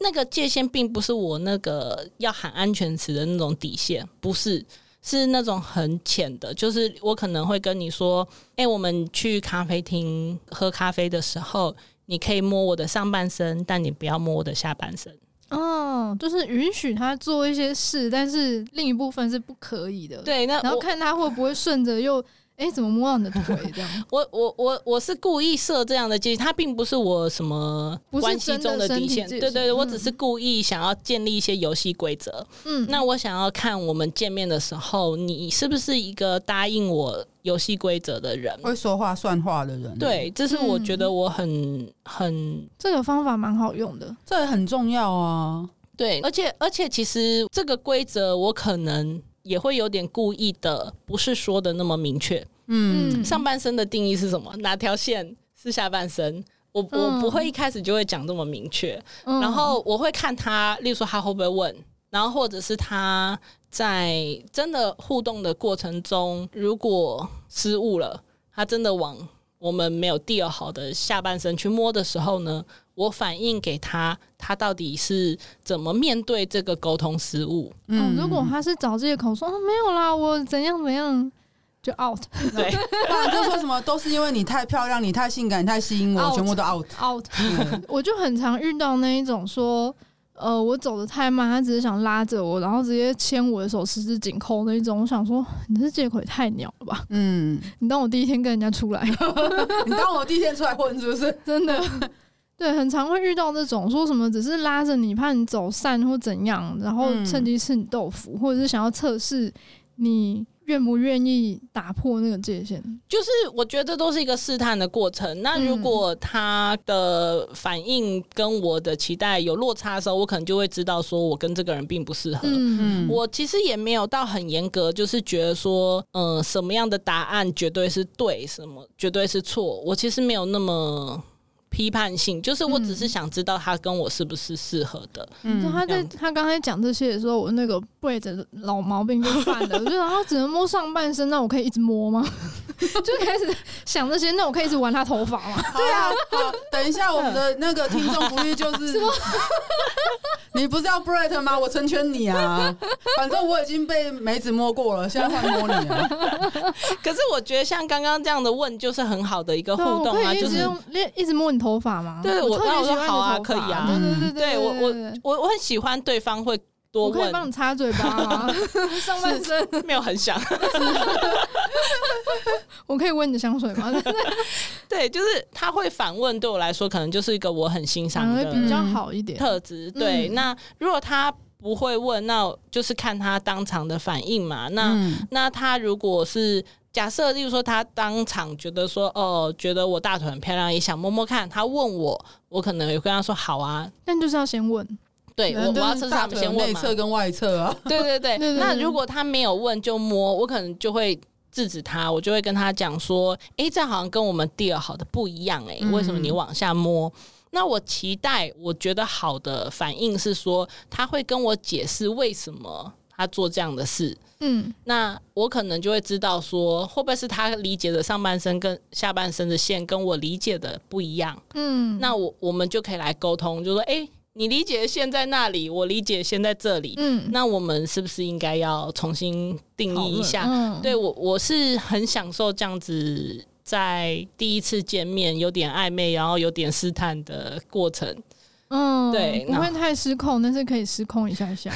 Speaker 3: 那个界限并不是我那个要喊安全词的那种底线，不是，是那种很浅的，就是我可能会跟你说，哎、我们去咖啡厅喝咖啡的时候，你可以摸我的上半身，但你不要摸我的下半身。
Speaker 2: 哦，就是允许他做一些事，但是另一部分是不可以的。，
Speaker 3: 对，那
Speaker 2: 然后
Speaker 3: 我
Speaker 2: 看他会不会顺着又，哎、怎么摸到你的腿这 样？
Speaker 3: 我我我我是故意设这样的界限，它并不是我什么
Speaker 2: 不是
Speaker 3: 关系
Speaker 2: 真的
Speaker 3: 中
Speaker 2: 身
Speaker 3: 底
Speaker 2: 体
Speaker 3: 线。
Speaker 2: 界
Speaker 3: 对对对，
Speaker 2: 限
Speaker 3: 我
Speaker 2: 嗯
Speaker 3: 只是故意想要建立一些游戏规则。
Speaker 2: 嗯，
Speaker 3: 那我想要看我们见面的时候，你是不是一个答应我游戏规则的人？
Speaker 1: 会说话算话的人，，
Speaker 3: 对，这是我觉
Speaker 2: 嗯
Speaker 3: 得我很很
Speaker 2: 这个方法蛮好用的。
Speaker 1: 这很重要啊。
Speaker 3: 对，而且而且其实这个规则我可能也会有点故意的，不是说的那么明确。
Speaker 1: 嗯，
Speaker 3: 上半身的定义是什么？哪条线是下半身？我我
Speaker 2: 嗯
Speaker 3: 不会一开始就会讲这么明确，
Speaker 2: 嗯
Speaker 3: 然后我会看他，例如说他会不会问，然后或者是他在真的互动的过程中，如果失误了，他真的往我们没有 deal 好的下半身去摸的时候呢，我反映给他，他到底是怎么面对这个沟通失误？
Speaker 2: 嗯、如果他是找借口说、哦、没有啦，我怎样怎样，就 out
Speaker 3: 对，
Speaker 1: 不然就说什么都是因为你太漂亮，你太性感，你太吸引我，
Speaker 2: Out
Speaker 1: 全部都 out。
Speaker 2: out，
Speaker 1: 嗯
Speaker 2: 我就很常遇到那一种说，呃，我走的太慢，他只是想拉着我，然后直接牵我的手，十指紧扣那一种。我想说，你这借口也太鸟了吧？
Speaker 1: 嗯，
Speaker 2: 你当我第一天跟人家出来，
Speaker 1: 你当我第一天出来混是不是？
Speaker 2: 真的。 对，很常会遇到这种说什么只是拉着你，怕你走散或怎样，然后
Speaker 1: 嗯
Speaker 2: 趁机吃你豆腐，或者是想要测试你愿不愿意打破那个界限。
Speaker 3: 就是我觉得都是一个试探的过程。那如果他的反应跟我的期待有落差的时候，我可能就会知道说我跟这个人并不适合。
Speaker 1: 嗯，
Speaker 2: 嗯，
Speaker 3: 我其实也没有到很严格，就是觉得说，嗯、什么样的答案绝对是对，什么绝对是错。我其实没有那么批判性，就是我只是想知道他跟我是不是适合的。
Speaker 2: 就
Speaker 1: 嗯，
Speaker 2: 他
Speaker 3: 这
Speaker 2: 在
Speaker 3: 样
Speaker 2: 他刚才讲这些的时候，我那个 b r 的老毛病就犯了，我就想他只能摸上半身，那我可以一直摸吗？ 就开始想这些，那我可以一直玩他头发吗？
Speaker 1: 对啊。好等一下，我们的那个听众福利 就是，你不是要 Brett 吗？我成全你啊！反正我已经被梅子摸过了，现在换摸你啊！
Speaker 3: 可是我觉得像刚刚这样的问，就是很好的一个互
Speaker 2: 对啊我
Speaker 3: 动啊，
Speaker 2: 可以一
Speaker 3: 就
Speaker 2: 直
Speaker 3: 是
Speaker 2: 用一直摸你头发吗？
Speaker 3: 对
Speaker 2: 我
Speaker 3: 我
Speaker 2: 特别
Speaker 3: 那我
Speaker 2: 喜
Speaker 3: 说
Speaker 2: 欢你的
Speaker 3: 好啊
Speaker 2: 头
Speaker 3: 可以
Speaker 2: 发
Speaker 3: 啊
Speaker 2: 对对对
Speaker 3: 对我
Speaker 2: 对对
Speaker 3: 我我我很喜欢对方会多
Speaker 2: 我可以帮
Speaker 3: 问，
Speaker 2: 你擦嘴巴啊 吗？上半身，
Speaker 3: 没有很想。
Speaker 2: 我可以闻你的香水 吗？
Speaker 3: 对，就是他会反问，对我来说可能就是一个我很欣
Speaker 2: 反
Speaker 3: 赏
Speaker 2: 而
Speaker 3: 的
Speaker 2: 比较好一点。
Speaker 3: 特质。对，
Speaker 2: 嗯
Speaker 3: 那如果他不会问，那就是看他当场的反应嘛。那、
Speaker 1: 嗯
Speaker 3: 那他如果是假设，例如说他当场觉得说，哦，觉得我大腿很漂亮，也想摸摸看，他问我，我可能也跟他说好啊。
Speaker 2: 但就是要先问，
Speaker 3: 对，我我要测试他
Speaker 1: 大
Speaker 3: 们
Speaker 1: 腿
Speaker 3: 先问
Speaker 1: 内
Speaker 3: 嘛。
Speaker 1: 侧跟外侧啊，
Speaker 3: 对对对。
Speaker 2: 对对
Speaker 3: 那
Speaker 2: 对
Speaker 3: 如果他没有问就摸，我可能就会。制止他，我就会跟他讲说：“诶，这好像跟我们第二好的不一样、诶，
Speaker 1: 嗯
Speaker 3: 为什么你往下摸？”那我期待，我觉得好的反应是说，他会跟我解释为什么他做这样的事。
Speaker 2: 嗯，
Speaker 3: 那我可能就会知道说，会不会是他理解的上半身跟下半身的线跟我理解的不一样？
Speaker 2: 嗯，
Speaker 3: 那我我们就可以来沟通，就说，哎、你理解的线在那里，我理解的线在这里，
Speaker 2: 嗯，
Speaker 3: 那我们是不是应该要重新定义一下？
Speaker 2: 嗯，
Speaker 3: 对我，我是很享受这样子。在第一次见面有点暧昧，然后有点试探的过程，
Speaker 2: 嗯，
Speaker 3: 对
Speaker 2: 不
Speaker 3: 那
Speaker 2: 会太失控，但是可以失控一下下。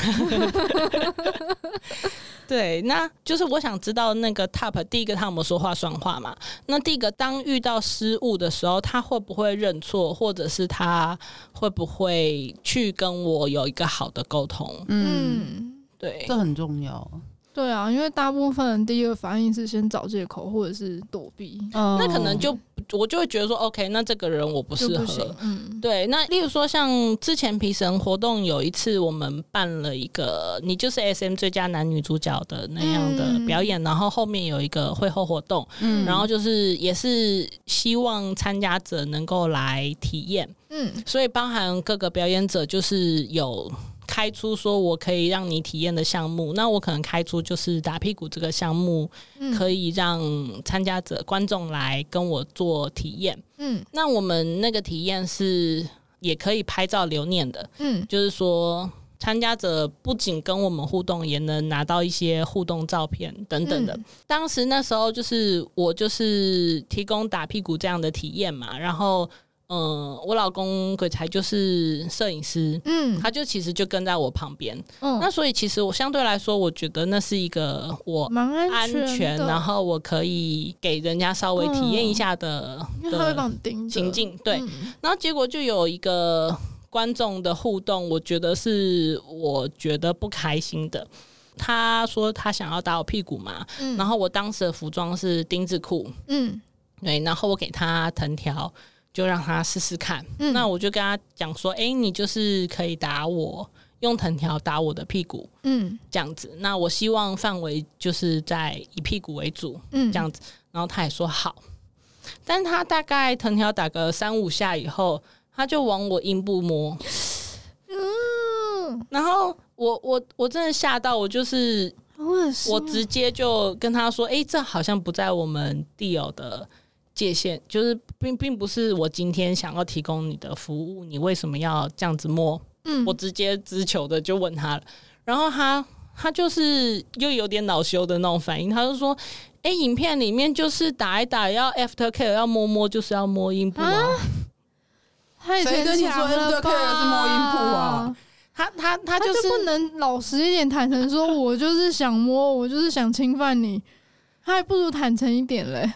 Speaker 3: 对，那就是我想知道那个 top 第一个他有没有说话算话嘛？那第一个，当遇到失误的时候，他会不会认错，或者是他会不会去跟我有一个好的沟通？
Speaker 1: 嗯，
Speaker 2: 嗯，
Speaker 3: 对
Speaker 1: 这很重要。
Speaker 2: 对啊，因为大部分人第一个反应是先找借口或者是躲避。
Speaker 1: 嗯
Speaker 3: 那可能就我就会觉得说，OK，那这个人我不
Speaker 2: 就
Speaker 3: 适
Speaker 2: 不
Speaker 3: 合
Speaker 2: 行。，嗯，
Speaker 3: 对，那例如说像之前皮神活动有一次，我们办了一个你就是 S M 最佳男女主角的那样的
Speaker 2: 嗯
Speaker 3: 表演，然后后面有一个会后活动，
Speaker 1: 嗯
Speaker 3: 然后就是也是希望参加者能够来体验，
Speaker 2: 嗯，
Speaker 3: 所以包含各个表演者就是有。开出说我可以让你体验的项目，那我可能开出就是打屁股这个项目，
Speaker 2: 嗯
Speaker 3: 可以让参加者观众来跟我做体验。
Speaker 2: 嗯
Speaker 3: 那我们那个体验是也可以拍照留念的，
Speaker 2: 嗯
Speaker 3: 就是说参加者不仅跟我们互动，也能拿到一些互动照片等等的。
Speaker 2: 嗯
Speaker 3: 当时那时候就是我就是提供打屁股这样的体验嘛，然后嗯、呃我老公鬼才就是摄影师。
Speaker 2: 嗯，
Speaker 3: 他就其实就跟在我旁边，那
Speaker 2: 嗯，
Speaker 3: 所以其实我相对来说，我觉得那是一个我
Speaker 2: 蛮
Speaker 3: 安
Speaker 2: 安
Speaker 3: 全，
Speaker 2: 的，嗯
Speaker 3: 然后我可以给人家稍微体验一下的、
Speaker 2: 因为他会
Speaker 3: 的
Speaker 2: 帮你盯着
Speaker 3: 情，境。对，
Speaker 2: 嗯
Speaker 3: 然后结果就有一个 观众的互动，我觉得是我觉得不开心的。他说他想要打我屁股嘛，
Speaker 2: 嗯，
Speaker 3: 然后我当时的服装是丁字裤，
Speaker 2: 嗯
Speaker 3: 对，然后我给他藤条，就让他试试看。
Speaker 2: 嗯，
Speaker 3: 那我就跟他讲说，诶，你就是可以打我，用藤条打我的屁股
Speaker 2: 嗯
Speaker 3: 这样子。那我希望范围就是在以屁股为主，
Speaker 2: 嗯
Speaker 3: 这样子。然后他也说好，但他大概藤条打个三五下以后，他就往我阴部摸，
Speaker 2: 嗯，
Speaker 3: 然后我我我真的吓到，我就是
Speaker 2: 好恶心
Speaker 3: 我
Speaker 2: 哦，
Speaker 3: 直接就跟他说，诶，这好像不在我们地友的。界限就是并并不是我今天想要提供你的服务，你为什么要这样子摸？
Speaker 2: 嗯
Speaker 3: 我直接直球的就问他了，然后他他就是又有点恼羞的那种反应，他就说：“哎、影片里面就是打一打要 after care 要摸摸，就是要摸阴部啊。
Speaker 2: 太
Speaker 1: 谁跟
Speaker 2: 牵
Speaker 1: 你
Speaker 2: 强
Speaker 1: 说
Speaker 2: 了
Speaker 1: Elder Care 是摸阴部啊？
Speaker 3: 他他
Speaker 2: 他
Speaker 3: 他就是
Speaker 2: 不能老实一点，坦诚说，我就是想摸，我就是想侵犯你，他还不如坦诚一点嘞。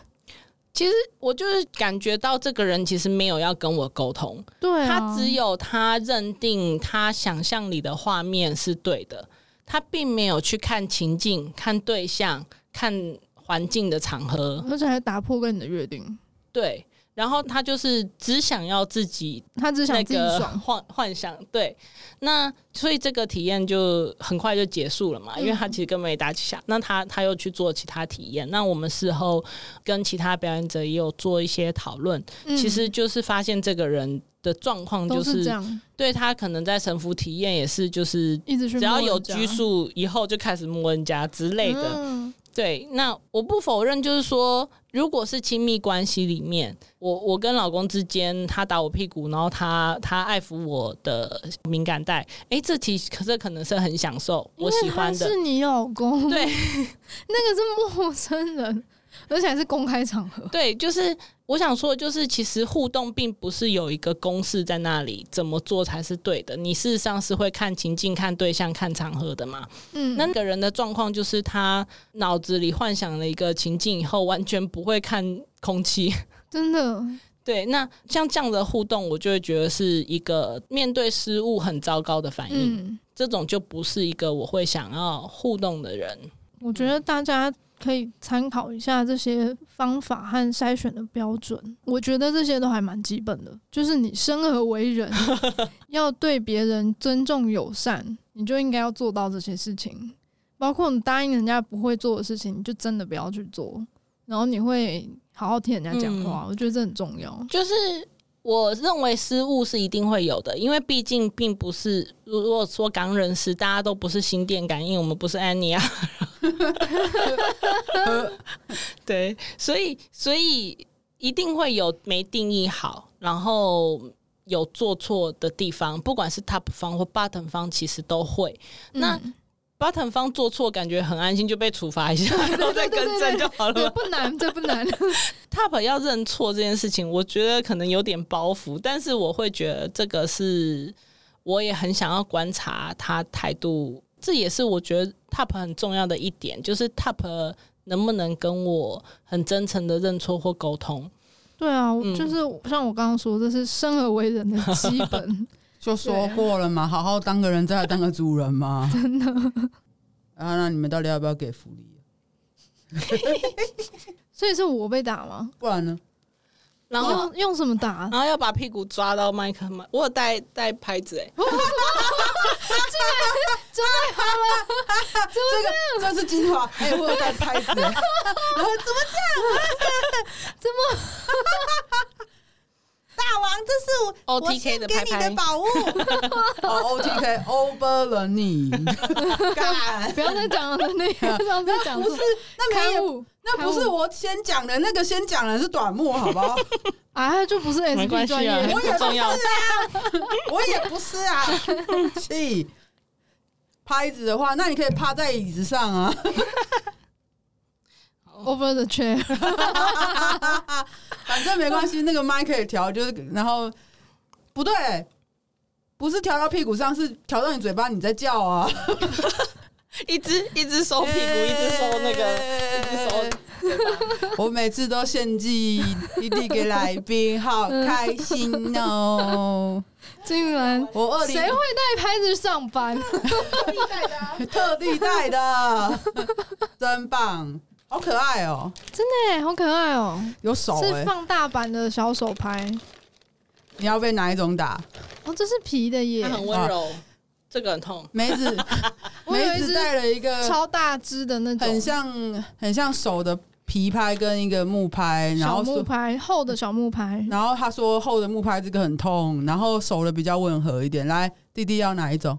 Speaker 3: 其实我就是感觉到这个人其实没有要跟我沟通，
Speaker 2: 对啊、
Speaker 3: 他只有他认定他想象里的画面是对的，他并没有去看情境、看对象、看环境的场合。
Speaker 2: 而且还打破跟你的约定，
Speaker 3: 对，然后他就是只想要自己
Speaker 2: 他只想
Speaker 3: 那
Speaker 2: 自己
Speaker 3: 个
Speaker 2: 爽。
Speaker 3: 幻幻想，对，那所以这个体验就很快就结束了嘛，因为
Speaker 2: 嗯
Speaker 3: 他其实根本没打起下，那他他又去做其他体验，那我们事后跟其他表演者也有做一些讨论，
Speaker 2: 嗯
Speaker 3: 其实就是发现这个人的状况
Speaker 2: 都
Speaker 3: 就是是
Speaker 2: 这样，
Speaker 3: 对他可能在神服体验也是就是。
Speaker 2: 一直去
Speaker 3: 只
Speaker 2: 摸
Speaker 3: 要
Speaker 2: 人
Speaker 3: 有
Speaker 2: 家
Speaker 3: 拘束，以后就开始摸人家之类的。
Speaker 2: 嗯
Speaker 3: 对，那我不否认，就是说，如果是亲密关系里面，我我跟老公之间，他打我屁股，然后他他爱抚我的敏感带，诶，这题可这可能是很享受，我
Speaker 2: 因
Speaker 3: 喜欢
Speaker 2: 为他
Speaker 3: 的
Speaker 2: 是。你老公，
Speaker 3: 对
Speaker 2: 那个是陌生人，而且还是公开场合。
Speaker 3: 对，就是我想说，就是其实互动并不是有一个公式在那里，怎么做才是对的。你事实上是会看情境、看对象、看场合的嘛。
Speaker 2: 嗯，
Speaker 3: 那个人的状况就是他脑子里幻想了一个情境以后，完全不会看空气。
Speaker 2: 真的，
Speaker 3: 对，那像这样的互动，我就会觉得是一个面对失误很糟糕的反应，
Speaker 2: 嗯，
Speaker 3: 这种就不是一个我会想要互动的人。
Speaker 2: 我
Speaker 3: 嗯
Speaker 2: 觉得大家可以参考一下这些方法和筛选的标准。我觉得这些都还蛮基本的，就是你生而为 人，要对别人尊重友善，你就应该要做到这些事情。包括你答应人家不会做的事情，你就真的不要去做。然后你会好好听人家讲
Speaker 3: 嗯
Speaker 2: 话，我觉得这很重要。
Speaker 3: 就是我认为失误是一定会有的，因为毕竟并不是，如如果说刚认识，大家都不是心电感应，我们不是安妮啊。 对，所以所以一定会有没定义好，然后有做错的地方，不管是 top 方或 bottom 方，其实都会。那
Speaker 2: 嗯
Speaker 3: bottom 方做错，感觉很安心，就被处罚 一下，然后再更正就好了
Speaker 2: 对
Speaker 3: 嘛。
Speaker 2: 不难，这不 难。
Speaker 3: top 要认错这件事情，我觉得可能有点包袱，但是我会觉得这个是我也很想要观察他态度，这也是我觉得 top 很重要的一点，就是 top 能不能跟我很真诚的认错或沟通。
Speaker 2: 对啊，我
Speaker 3: 嗯
Speaker 2: 就是像我刚刚说，这是生而为人的基 本。
Speaker 1: 就说过了嘛，好好当个人，再来当个主人嘛。啊 真的。啊，那你们到底要不要给福利？
Speaker 2: 所以是我被打吗？
Speaker 1: 不然呢？
Speaker 3: 然后
Speaker 2: 用用什么打？
Speaker 3: 然后要把屁股抓到麦克风，我有带带拍子哎、
Speaker 2: 哦
Speaker 1: 这个这是精华， 哎、我有带拍 子，然后怎么这样？
Speaker 2: 怎
Speaker 1: 么？大王，这是我
Speaker 3: OTK 哦的
Speaker 1: 我献给你
Speaker 3: 拍拍
Speaker 1: 的宝物。 哦，OTK over 了你， 干
Speaker 2: 不！要再讲了，那个上次讲
Speaker 1: 不
Speaker 2: 错
Speaker 1: 是，那没
Speaker 2: 刊
Speaker 1: 有，
Speaker 2: 物，
Speaker 1: 那不是
Speaker 2: 刊物
Speaker 1: 我先讲的，那个先讲的是短幕，好不好？
Speaker 2: 啊，就不是
Speaker 3: 没
Speaker 2: SP
Speaker 3: 关系
Speaker 2: 专
Speaker 3: 啊，
Speaker 2: 业
Speaker 1: 我，也
Speaker 3: 不
Speaker 1: 不
Speaker 3: 重
Speaker 1: 是
Speaker 3: 要
Speaker 1: 啊。，我也不是 啊。气拍子的话，那你可以趴在椅子上啊。
Speaker 2: over the chair，
Speaker 1: 反正没关系，那个麦可以调，就是然后不对，不是调到屁股上，是调到你嘴巴，你在叫啊，
Speaker 3: 一只一只收屁股，一只收那个，一只收嘴巴。
Speaker 1: 我每次都献祭一地给来宾，好开心哦！
Speaker 2: 竟然
Speaker 1: 我二零
Speaker 2: 谁会带拍子上班？
Speaker 1: 特地带的，真棒，好可爱哦，
Speaker 2: 真的耶好可爱哦，
Speaker 1: 有手哎、
Speaker 2: 是放大版的小手拍，
Speaker 1: 你要被哪一种打？
Speaker 2: 哦，这是皮的耶
Speaker 3: 它，很
Speaker 1: 啊
Speaker 3: 温柔，这个很痛。
Speaker 1: 梅子，
Speaker 2: 我有
Speaker 1: 梅
Speaker 2: 一
Speaker 1: 子
Speaker 2: 只
Speaker 1: 带了一个
Speaker 2: 超大只的那种，
Speaker 1: 很像很像手的皮拍跟一个木拍，然
Speaker 2: 小
Speaker 1: 后
Speaker 2: 木
Speaker 1: 说，
Speaker 2: 拍，厚的小木拍，
Speaker 1: 然后他说厚的木拍这个很痛，然后手的比较温和一点。来，弟弟要哪一种？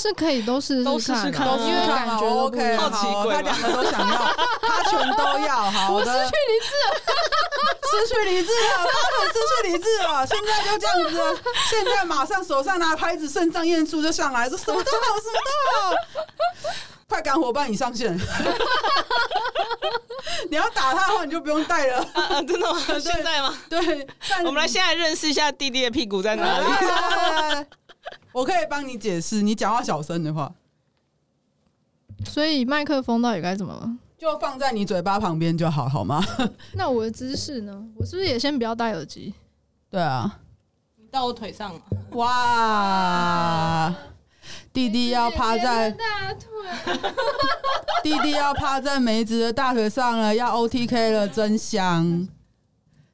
Speaker 2: 是可以都试
Speaker 3: 都试
Speaker 2: 试
Speaker 3: 试
Speaker 2: 看
Speaker 3: 看
Speaker 2: 啊，
Speaker 3: 啊
Speaker 2: 因为感觉都不
Speaker 1: 哦
Speaker 2: 一
Speaker 1: OK，
Speaker 2: 样
Speaker 3: 好奇
Speaker 1: 好，
Speaker 3: 怪
Speaker 1: 他
Speaker 3: 吧
Speaker 1: 两个都想要，他全都要。好的，失去理智了，失去理智了，他很失去理智了。 现在就这样子了，现在马上手上拿拍子，肾上腺素就上来，说哎什么都好，什么都好。快赶伙伴，你上线。 你要打他的话，你就不用带了。
Speaker 3: 啊啊，真的吗？ 啊现在吗？
Speaker 1: 对，但
Speaker 3: 我们来现在认识一下弟弟的屁股在哪里。
Speaker 1: 里？ 我可以帮你解释，你讲话小声的话，
Speaker 2: 所以麦克风到底该怎么了？
Speaker 1: 就放在你嘴巴旁边就好，好吗？
Speaker 2: 那我的姿势呢？我是不是也先不要戴耳机？
Speaker 1: 对啊，
Speaker 3: 你 到我腿上了，
Speaker 1: 哇，弟弟要趴在
Speaker 2: 大腿，
Speaker 1: 弟弟要趴在梅子的大腿上了，要 OTK 了，真香，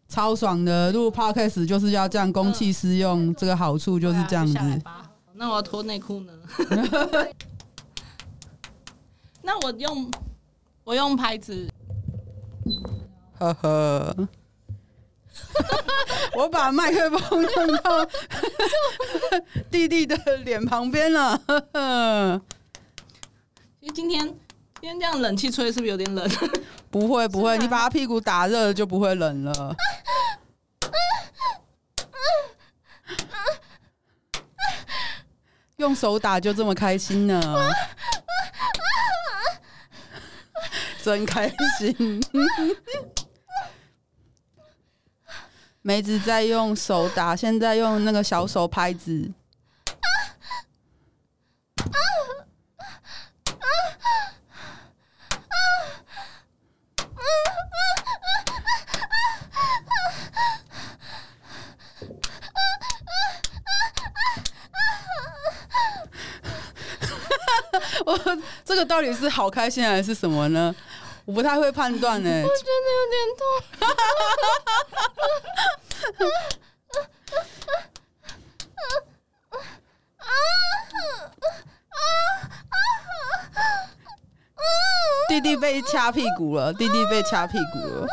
Speaker 1: 超爽的。录 podcast 就是要这样公器私用，这个好处就是这样
Speaker 3: 对啊就下来
Speaker 1: 子。
Speaker 3: 吧那我要脱内裤呢？ 那我用我用拍子，
Speaker 1: 呵呵。 我把麦克风用到 弟弟的脸旁边了，呵呵
Speaker 3: 因为今天今天这样冷气吹是不是有点冷？
Speaker 1: 不会不会，
Speaker 2: 是吗
Speaker 1: 你把他屁股打热了就不会冷了。用手打就这么开心呢，真开心。梅子在用手打，现在用那个小手拍子。我这个到底是好开心还是什么呢？我不太会判断欸呢、
Speaker 2: 我觉得有点痛。
Speaker 1: 弟弟被掐屁股了，弟弟被掐屁股了，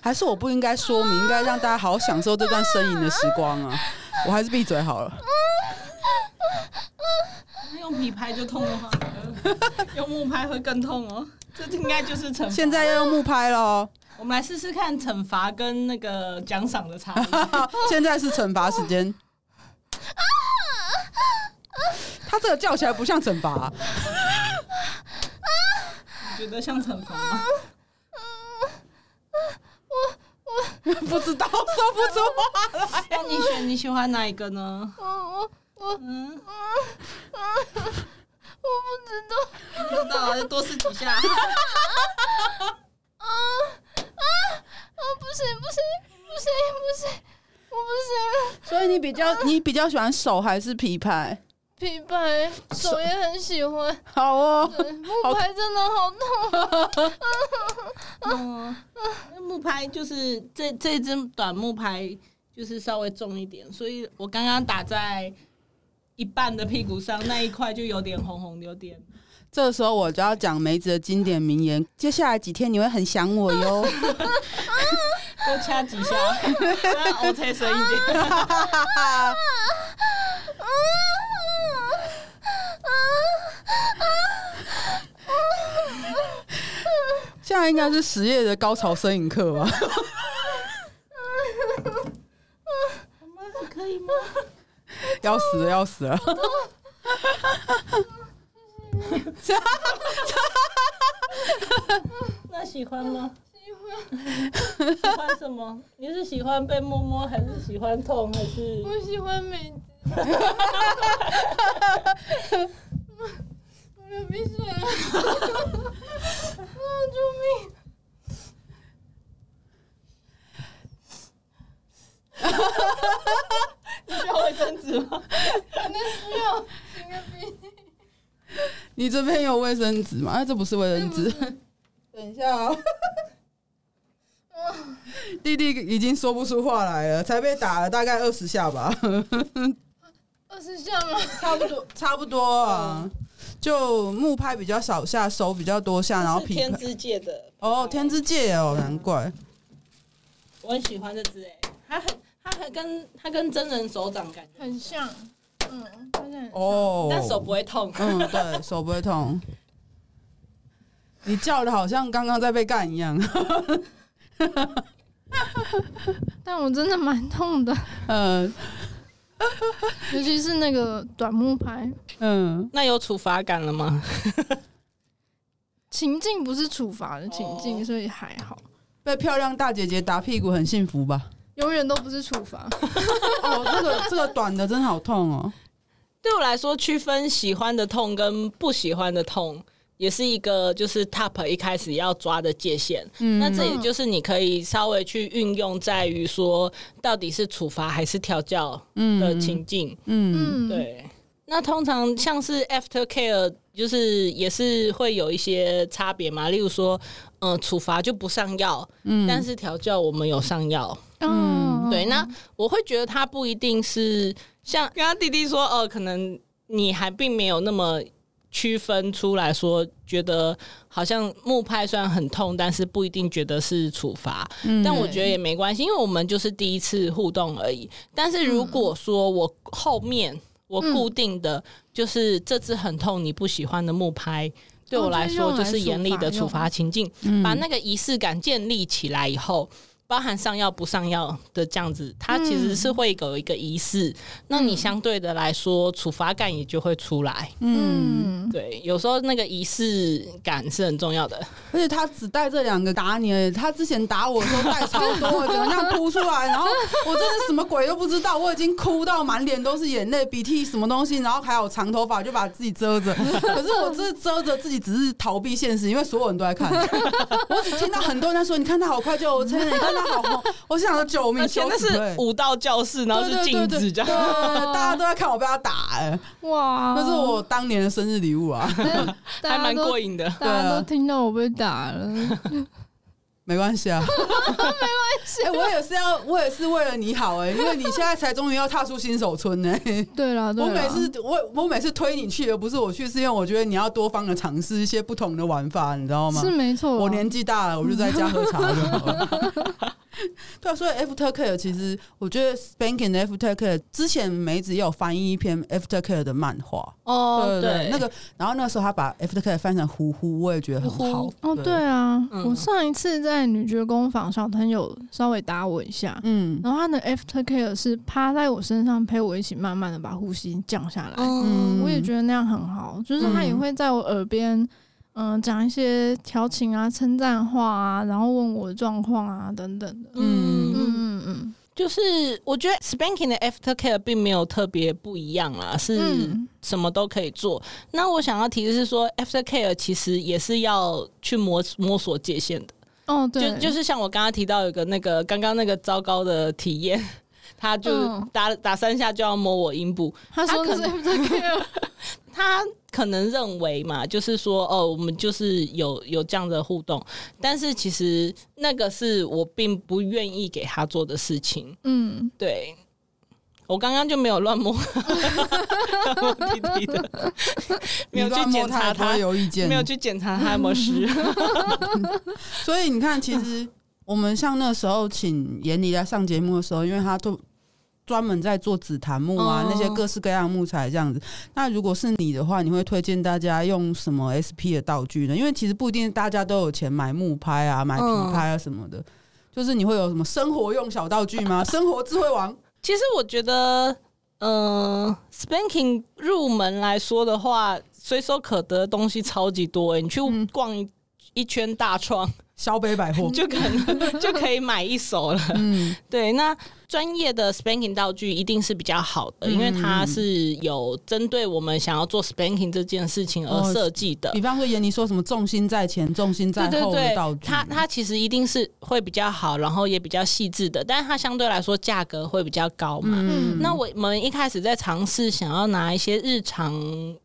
Speaker 1: 还是我不应该说明，应该让大家好好享受这段呻吟的时光啊！我还是闭嘴好了。
Speaker 3: 用皮拍就痛的话， 用木拍会更痛哦。这应该就是惩罚。
Speaker 1: 现在要用木拍哦喽，
Speaker 3: 我们来试试看惩罚跟那个奖赏的差异。
Speaker 1: 现在是惩罚时间。他这个叫起来不像惩罚、啊
Speaker 3: 你觉得像惩罚吗？
Speaker 1: 不知道说不出话。
Speaker 3: 那你选你喜欢哪一个呢？
Speaker 2: 我我我
Speaker 3: 嗯，
Speaker 2: 我不知道。
Speaker 3: 不知道，要多试几 下。
Speaker 2: 啊啊啊！不行不行不行不行，我不行了。
Speaker 1: 所以你比较 你比较喜欢手还是皮拍？
Speaker 2: 皮拍手也很喜欢，
Speaker 1: 好哦，
Speaker 2: 对木拍真的好痛。
Speaker 3: 哦嗯，那木拍拍就是这这支短木拍就是稍微重一点，所以我刚刚打在一半的屁股上那一块就有点红红，有点
Speaker 1: 这时候我就要讲梅子的经典名言：接下来几天你会很想我哟。
Speaker 3: 多掐几 下，让我才深一点。
Speaker 1: 现在应该是实业的高潮摄影课 吧？
Speaker 3: 我们可以吗？
Speaker 1: 要死了，要死了！
Speaker 3: 那喜欢吗？喜欢，喜欢什么？你是喜欢被摸摸，还是喜欢痛，还是
Speaker 2: 我喜欢美子。我流鼻水了，啊！救命！
Speaker 3: 你需要卫生纸吗？
Speaker 2: 可能需要擤个鼻涕。
Speaker 1: 你这边有卫生纸吗？啊，这不是卫生纸。等一下哦。弟弟已经说不出话来了，才被打了大概二十下吧，
Speaker 2: 二十下吗？
Speaker 1: 差不多，差不多啊。就木拍比较少下，手比较多下，然后
Speaker 3: 是
Speaker 1: 皮
Speaker 3: 天之界的
Speaker 1: 哦，天之界哦，难怪。
Speaker 3: 我很喜欢这只哎、它很它很跟它跟真人手掌感觉，
Speaker 2: 很像，嗯，好像很像。
Speaker 1: 哦，
Speaker 3: 但手不会痛。
Speaker 1: 嗯，对，手不会痛。你叫的好像刚刚在被干一样，
Speaker 2: 但我真的蛮痛的，
Speaker 1: 嗯
Speaker 2: 尤其是那个短木牌。
Speaker 1: 嗯，
Speaker 3: 那有处罚感了吗？
Speaker 2: 情境不是处罚的情境，
Speaker 3: 哦
Speaker 2: 所以还好，
Speaker 1: 被漂亮大姐姐打屁股很幸福吧？
Speaker 2: 永远都不是处罚。
Speaker 1: 哦，这个这个短的真好痛哦。
Speaker 3: 对我来说，区分喜欢的痛跟不喜欢的痛，也是一个就是 top 一开始要抓的界限。
Speaker 1: 嗯
Speaker 3: 那这也就是你可以稍微去运用，在于说到底是处罚还是调教的情境。
Speaker 1: 嗯
Speaker 2: 嗯，，
Speaker 3: 对，那通常像是 after care，就是也是会有一些差别嘛。例如说，呃，处罚就不上药，
Speaker 1: 嗯
Speaker 3: 但是调教我们有上药。
Speaker 2: 嗯，
Speaker 3: 对，那我会觉得他不一定是像刚刚弟弟说，哦、可能你还并没有那么区分出来说，觉得好像木派虽然很痛，但是不一定觉得是处罚。
Speaker 1: 嗯
Speaker 3: 但我觉得也没关系，因为我们就是第一次互动而已。但
Speaker 2: 嗯
Speaker 3: 是如果说我后面我固定的、就是这次很痛你不喜欢的木拍，对我来说
Speaker 2: 哦
Speaker 3: 就
Speaker 2: 就是用来嗯
Speaker 3: 是严厉的
Speaker 2: 处罚
Speaker 3: 处罚情境，把那个仪式感建立起来以后。包含上药不上药的这样子，它其实是会有一个仪式，那你相对的来说，处罚感也就会出来。
Speaker 1: 嗯，
Speaker 2: 嗯，
Speaker 3: 对，有时候那个仪式感是很重要的。
Speaker 1: 而且他只带这两个打你而已，他之前打我的时候带超多，怎么这样哭出来？然后我真的什么鬼都不知道，我已经哭到满脸都是眼泪、鼻涕什么东西，然后还有长头发就把自己遮 着。可是我这遮着自己只是逃避现实，因为所有人都在看。我只听到很多人在说：“你看他好快就真的，你看他好红。”我想说：“救 命，
Speaker 3: 而且
Speaker 1: 羞
Speaker 3: 那
Speaker 1: 耻
Speaker 3: 是
Speaker 1: 对
Speaker 3: 武道教室，然后是
Speaker 1: 对
Speaker 3: 镜
Speaker 1: 对对
Speaker 3: 子这
Speaker 1: 对，
Speaker 3: 样。
Speaker 1: 对大家都在看我被他打、哎，
Speaker 2: 哇，
Speaker 1: 那是我当年的生日礼物啊。
Speaker 2: 大家都，
Speaker 3: 瘾的。
Speaker 2: 大家都听到我被打了，
Speaker 1: 没关系啊，没关系、我也是要，我也是为了你好哎、因为你现在才终于要踏出新手村呢、
Speaker 2: 对啦，对啊
Speaker 1: 我
Speaker 2: 啦
Speaker 1: 每次我我每次推你去，而不是我去，是因为我觉得你要多方的尝试一些不同的玩法，你知道吗
Speaker 2: 是？没错啊，
Speaker 1: 我年纪大了，我就在家喝茶就好了。对啊，所以 after care 其实我觉得 spanking 的 after care 之前梅子也有翻译一篇 after care 的漫画，
Speaker 3: 哦，
Speaker 1: 对对，
Speaker 3: 对，
Speaker 1: 那个然后那时候他把 after care 翻成呼呼，我也觉得很
Speaker 3: 呼
Speaker 1: 好
Speaker 3: 呼。
Speaker 2: 哦，对，啊，
Speaker 3: 嗯
Speaker 2: 我上一次在女爵工坊，小朋友稍微打我一下，
Speaker 1: 嗯
Speaker 2: 然后他的 after care 是趴在我身上陪我一起慢慢的把呼吸降下来，
Speaker 3: 哦
Speaker 1: 嗯
Speaker 2: 我也觉得那样很好，就是他也
Speaker 1: 嗯
Speaker 2: 会在我耳边。嗯，讲一些调情啊、称赞话啊，然后问我的状况啊等等的。
Speaker 1: 嗯
Speaker 3: 嗯，
Speaker 2: 嗯嗯嗯
Speaker 3: 就是我觉得 spanking 的 aftercare 并没有特别不一样啦，是
Speaker 2: 嗯，
Speaker 3: 什么都可以做。那我想要提的是说，aftercare 其实也是要去摸摸索界限的。
Speaker 2: 哦，对，
Speaker 3: 就就是像我刚刚提到有个那个刚刚那个糟糕的体验， 他就是
Speaker 2: 嗯
Speaker 3: 打、打三下就要摸我阴部，
Speaker 2: 他说
Speaker 3: 他可
Speaker 2: 的
Speaker 3: 能
Speaker 2: 是这个，
Speaker 3: 他可能认为嘛，就是说哦，我们就是有有这样的互动，但是其实那个是我并不愿意给他做的事情。
Speaker 2: 嗯，
Speaker 3: 对，我刚刚就没有 乱摸 摸弟弟的，没有
Speaker 1: 你
Speaker 3: 去
Speaker 1: 乱摸
Speaker 3: 检
Speaker 1: 他
Speaker 3: 查
Speaker 1: 也不会有意见，
Speaker 3: 没有去检查他有没有湿。
Speaker 1: 所以你看，其实我们像那时候请严妮来上节目的时候，因为她都专门在做紫檀木啊，
Speaker 3: 哦
Speaker 1: 那些各式各样的木材这样子。那如果是你的话，你会推荐大家用什么 SP 的道具呢？因为其实不一定大家都有钱买木拍啊、买
Speaker 3: 嗯
Speaker 1: 皮拍啊什么的。就是你会有什么生活用小道具吗？生活智慧王，
Speaker 3: 其实我觉得，嗯 s p a n k i n g 入门来说的话，随手可得的东西超级多、欸，你去
Speaker 1: 嗯
Speaker 3: 逛一。一圈大 创
Speaker 1: 小北百货，
Speaker 3: 就可能就可以买 一手了。
Speaker 1: 嗯，
Speaker 3: 对，那专业的 spanking 道具一定是比较好的，
Speaker 1: 嗯
Speaker 3: 因为它是有针对我们想要做 spanking 这件事情而设计的。
Speaker 1: 比方说严妮说什么重心在前、重心哦在
Speaker 3: 对对
Speaker 1: 后的
Speaker 3: 对
Speaker 1: 道，具，
Speaker 3: 它它其实一定是会比较好，然后也比较细致的，但是它相对来说价格会比较高嘛。
Speaker 2: 嗯
Speaker 3: 那我们一开始在尝试想要拿一些日常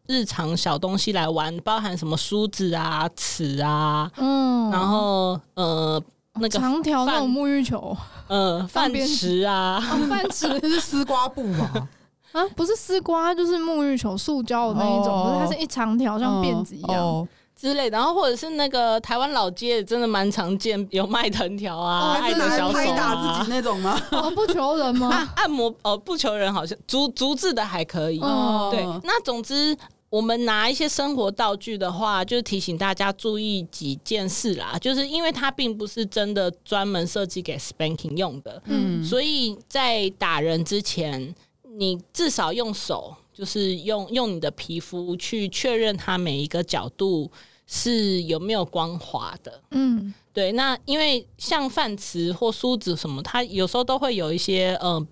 Speaker 3: 日常小东西来玩，包含什么梳子啊、尺啊，
Speaker 2: 嗯，
Speaker 3: 然后呃那个
Speaker 2: 长条那种
Speaker 3: 饭
Speaker 2: 沐浴 球，
Speaker 3: 呃
Speaker 2: 方
Speaker 3: 饭
Speaker 2: 便
Speaker 3: 匙啊，
Speaker 2: 啊，饭匙
Speaker 1: 那是丝瓜布吧？
Speaker 2: 啊，不是丝瓜，就是沐浴球，塑胶的那一种，
Speaker 1: 哦
Speaker 2: 可是它是一长条，像辫子一样。
Speaker 1: 哦
Speaker 3: 之类的，然后或者是那个台湾老街真的蛮常见，有卖藤条啊、
Speaker 1: 哦，
Speaker 3: 爱
Speaker 1: 是
Speaker 3: 的
Speaker 1: 拿来
Speaker 3: 小手
Speaker 1: 拍打自
Speaker 3: 啊
Speaker 1: 己。那种吗？
Speaker 2: 哦，不求人吗？
Speaker 3: 啊，按摩哦，不求人好像竹竹制的还可以，
Speaker 2: 哦
Speaker 3: 对。
Speaker 1: 嗯
Speaker 3: 那总之，我们拿一些生活道具的话，就是提醒大家注意几件事啦，就是因为它并不是真的专门设计给 spanking 用的，
Speaker 1: 嗯，
Speaker 3: 所以在打人之前，你至少用手，就是用用你的皮肤去确认它每一个角度是有没有光滑的。
Speaker 2: 嗯，
Speaker 3: 对，那因为像饭匙或梳子什么，它有时候都会有一些呃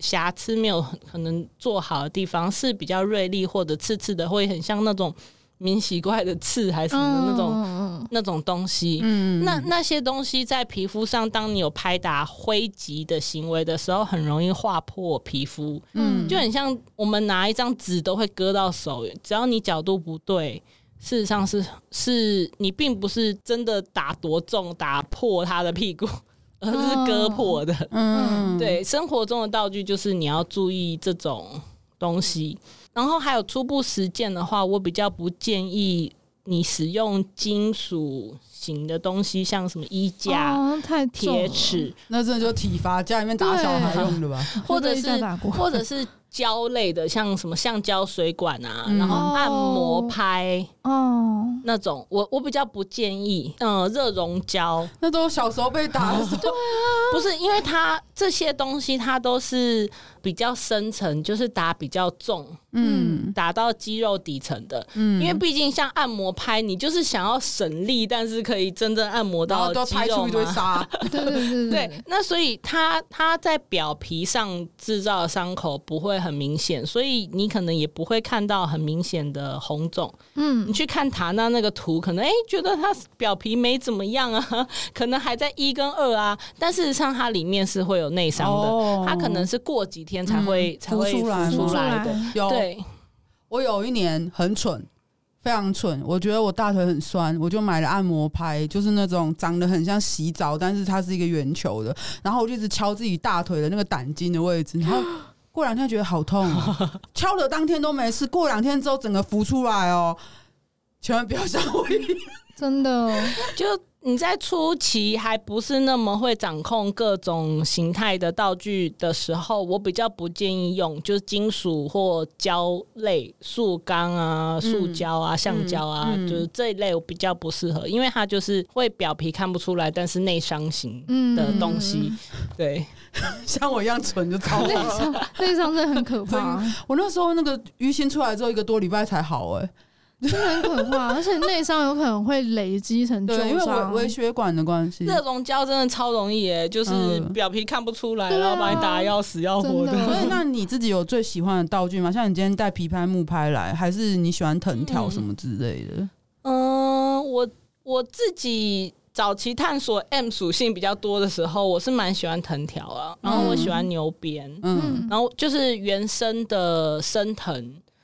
Speaker 3: 瑕疵没有很可能做好的地方，是比较锐利或者刺刺的，会很像那种明洗怪的刺还是什么的那种、
Speaker 2: 嗯，
Speaker 3: 那种东西。
Speaker 1: 嗯
Speaker 3: 那那些东西在皮肤上，当你有拍打挥击的行为的时候，很容易划破皮肤，
Speaker 2: 嗯
Speaker 3: 就很像我们拿一张纸都会割到手，只要你角度不对。事实上是是你并不是真的打多重打破他的屁股， 而是割破
Speaker 2: 哦
Speaker 3: 的。
Speaker 1: 嗯，
Speaker 3: 对，生活中的道具就是你要注意这种东西。然后还有初步实践的话，我比较不建议你使用金属型的东西，像什么衣架、
Speaker 2: 哦、太重了
Speaker 3: 铁，尺，
Speaker 1: 那真的就体罚家里面打小孩用的 吧？
Speaker 3: 或者
Speaker 2: 被架
Speaker 3: 是
Speaker 2: 打 过，
Speaker 3: 或者是胶类的，像什么橡胶水管啊，
Speaker 1: 嗯
Speaker 3: 然后按摩
Speaker 2: 哦
Speaker 3: 拍
Speaker 2: 哦，
Speaker 3: 那种，我我比较不建议。嗯、热熔胶
Speaker 1: 那都小时候被打的时候，
Speaker 3: 不是因为它这些东西，它都是比较深层，就是打比较重。
Speaker 1: 嗯
Speaker 3: 打到肌肉底层的，
Speaker 1: 嗯
Speaker 3: 因为毕竟像按摩拍，你就是想要省力，但是可以真正按摩
Speaker 1: 然
Speaker 3: 到
Speaker 1: 后都
Speaker 3: 肌
Speaker 1: 拍
Speaker 3: 肉
Speaker 1: 出一堆
Speaker 3: 嘛。
Speaker 1: 沙，
Speaker 2: 对对
Speaker 1: 嗯
Speaker 2: 对
Speaker 3: 对，那所以它它在表皮上制造的伤口不会很明显，所以你可能也不会看到很明显的红肿。你
Speaker 2: 嗯，
Speaker 3: 去看塔娜那个图，可能哎、诶觉得它表皮没怎么样啊， 可能还在一跟二啊，但事实上它里面是会有内 伤的，
Speaker 1: 哦
Speaker 3: 它可能是过几天才会、
Speaker 1: 嗯
Speaker 3: 才会
Speaker 1: 浮出来
Speaker 3: 浮
Speaker 1: 嘛
Speaker 3: 出来的。
Speaker 1: 有。
Speaker 3: 对，
Speaker 1: 我有一年很蠢。非常蠢，我觉得我大腿很酸，我就买了按摩拍，就是那种长得很像洗澡，但是它是一个圆球的。然后我就一直敲自己大腿的那个胆经的位置，然后过两天觉得好痛哦、敲了当天都没事，过两天之后整个浮出来哦，千万不要像我一样。
Speaker 2: 真的哦，
Speaker 3: 就你在初期还不是那么会掌控各种形态的道具的时候，我比较不建议用，就是金属或胶类、塑钢啊、塑胶啊、橡胶啊，
Speaker 1: 嗯
Speaker 3: 就是这一类我比较不适合，因为它就是会表皮看不出来，但是内伤型。
Speaker 2: 嗯，
Speaker 3: 的东西，对，
Speaker 1: 像我一样蠢就超
Speaker 2: 内
Speaker 1: 了。
Speaker 2: 伤内伤真的很可怕，
Speaker 1: 我那时候那个淤青出来之后一个多礼拜才好哎、
Speaker 2: 真的很可怕，而且内伤有可能会累积成旧
Speaker 1: 对，因为
Speaker 2: 伤
Speaker 1: 我，微血管的关系。
Speaker 3: 热熔胶真的超容易耶，就是
Speaker 1: 嗯
Speaker 3: 表皮看不出来，
Speaker 2: 对啊
Speaker 3: 然后把你打得要死要活
Speaker 2: 真的
Speaker 1: 所以那你自己有最喜欢的道具吗？像你今天带皮拍、木拍来，还
Speaker 3: 嗯
Speaker 1: 是你喜欢藤条什么之类的？
Speaker 3: 嗯，我我自己。早期探索 M 属性比较多的时候，我是蛮喜欢藤条啊，然后我喜欢牛鞭，
Speaker 1: 嗯，
Speaker 3: 然后就是原生的生藤，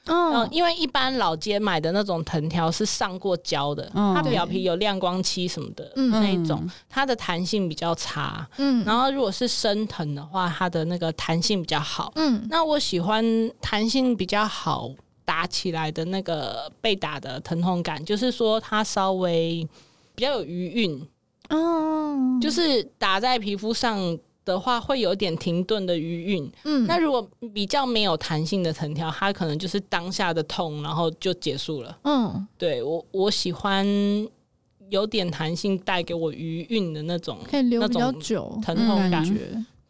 Speaker 3: 嗯
Speaker 2: 哦，，
Speaker 3: 因为一般老街买的那种藤条是上过胶的，
Speaker 1: 嗯
Speaker 3: 它表皮有亮光漆什么的，
Speaker 2: 嗯
Speaker 3: 那一种它的弹性比较差。
Speaker 2: 嗯，
Speaker 3: 然后如果是生藤的话，它的那个弹性比较好。
Speaker 2: 嗯
Speaker 3: 那我喜欢弹性比较好打起来的那个被打的疼痛感，就是说它稍微比较有余韵，
Speaker 2: 哦，
Speaker 3: 就是打在皮肤上的话会有点停顿的余韵。
Speaker 2: 嗯
Speaker 3: 那如果比较没有弹性的藤条，它可能就是当下的痛，然后就结束了。
Speaker 2: 嗯，
Speaker 3: 对我，我喜欢有点弹性带给我余韵的那种
Speaker 2: 可以留
Speaker 3: 那
Speaker 2: 比较
Speaker 3: 种
Speaker 2: 久，
Speaker 3: 疼痛感
Speaker 2: 感。觉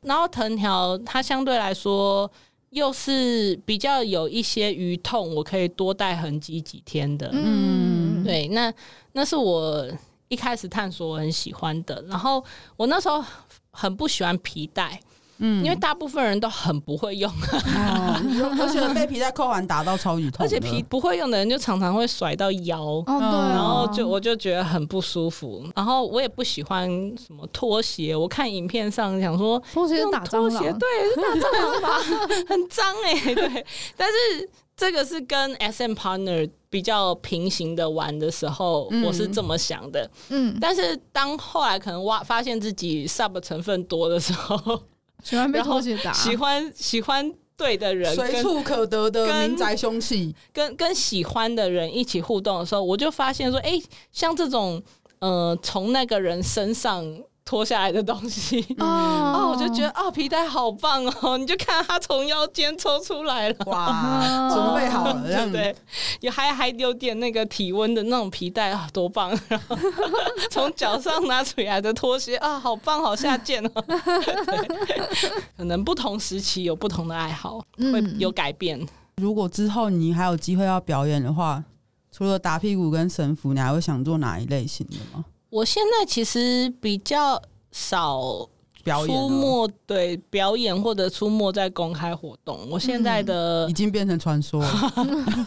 Speaker 3: 然后藤条它相对来说又是比较有一些余痛，我可以多带痕迹几天的。
Speaker 1: 嗯
Speaker 2: 嗯，
Speaker 3: 对，那那是我一开始探索我很喜欢的。然后我那时候很不喜欢皮带，
Speaker 1: 嗯
Speaker 3: 因为大部分人都很不会用。
Speaker 1: 哦，有有些人被皮带扣环打到超级痛的，
Speaker 3: 而且皮不会用的人就常常会甩到腰，
Speaker 2: 哦对啊，
Speaker 1: 嗯
Speaker 3: 然后就我就觉得很不舒服。然后我也不喜欢什么拖鞋，我看影片上想说
Speaker 2: 拖鞋
Speaker 3: 用
Speaker 2: 打
Speaker 3: 拖
Speaker 2: 蟑
Speaker 3: 鞋，
Speaker 2: 螂，
Speaker 3: 对，是打蟑螂吧， 很脏哎、对。但是这个是跟 S M partner 比较平行的玩的时候，
Speaker 1: 嗯
Speaker 3: 我是这么想的。
Speaker 2: 嗯，
Speaker 3: 但是当后来可能挖发现自己 sub 成分多的时候，
Speaker 2: 喜欢被
Speaker 3: 然后
Speaker 2: 拖鞋打，
Speaker 3: 喜欢喜欢对的人
Speaker 1: 随
Speaker 3: 跟
Speaker 1: 处可得的
Speaker 3: 跟
Speaker 1: 民宅凶 器，
Speaker 3: 跟跟喜欢的人一起互动的时候，我就发现说，哎、像这种呃，从那个人身上脱下来的东西，哦，
Speaker 2: 哦，
Speaker 3: 我就觉得啊、皮带好棒哦！你就看他从腰间抽出来了，
Speaker 1: 哇，
Speaker 2: 哦
Speaker 1: 准备好了，这
Speaker 3: 对
Speaker 1: 样
Speaker 3: 不对？有还还有点那个体温的那种皮带啊， 多棒！然后从脚上拿出来的拖鞋啊，好棒，好下贱哦！ 对可能不同时期有不同的爱好，会
Speaker 2: 嗯
Speaker 3: 有改变。
Speaker 1: 如果之后你还有机会要表演的话，除了打屁股跟神符，你还会想做哪一类型的吗？
Speaker 3: 我现在其实比较少
Speaker 1: 表演啊
Speaker 3: 出
Speaker 1: 了
Speaker 3: 没，对表演或者出没在公开活动。我现在的、
Speaker 1: 已经变成传说 了，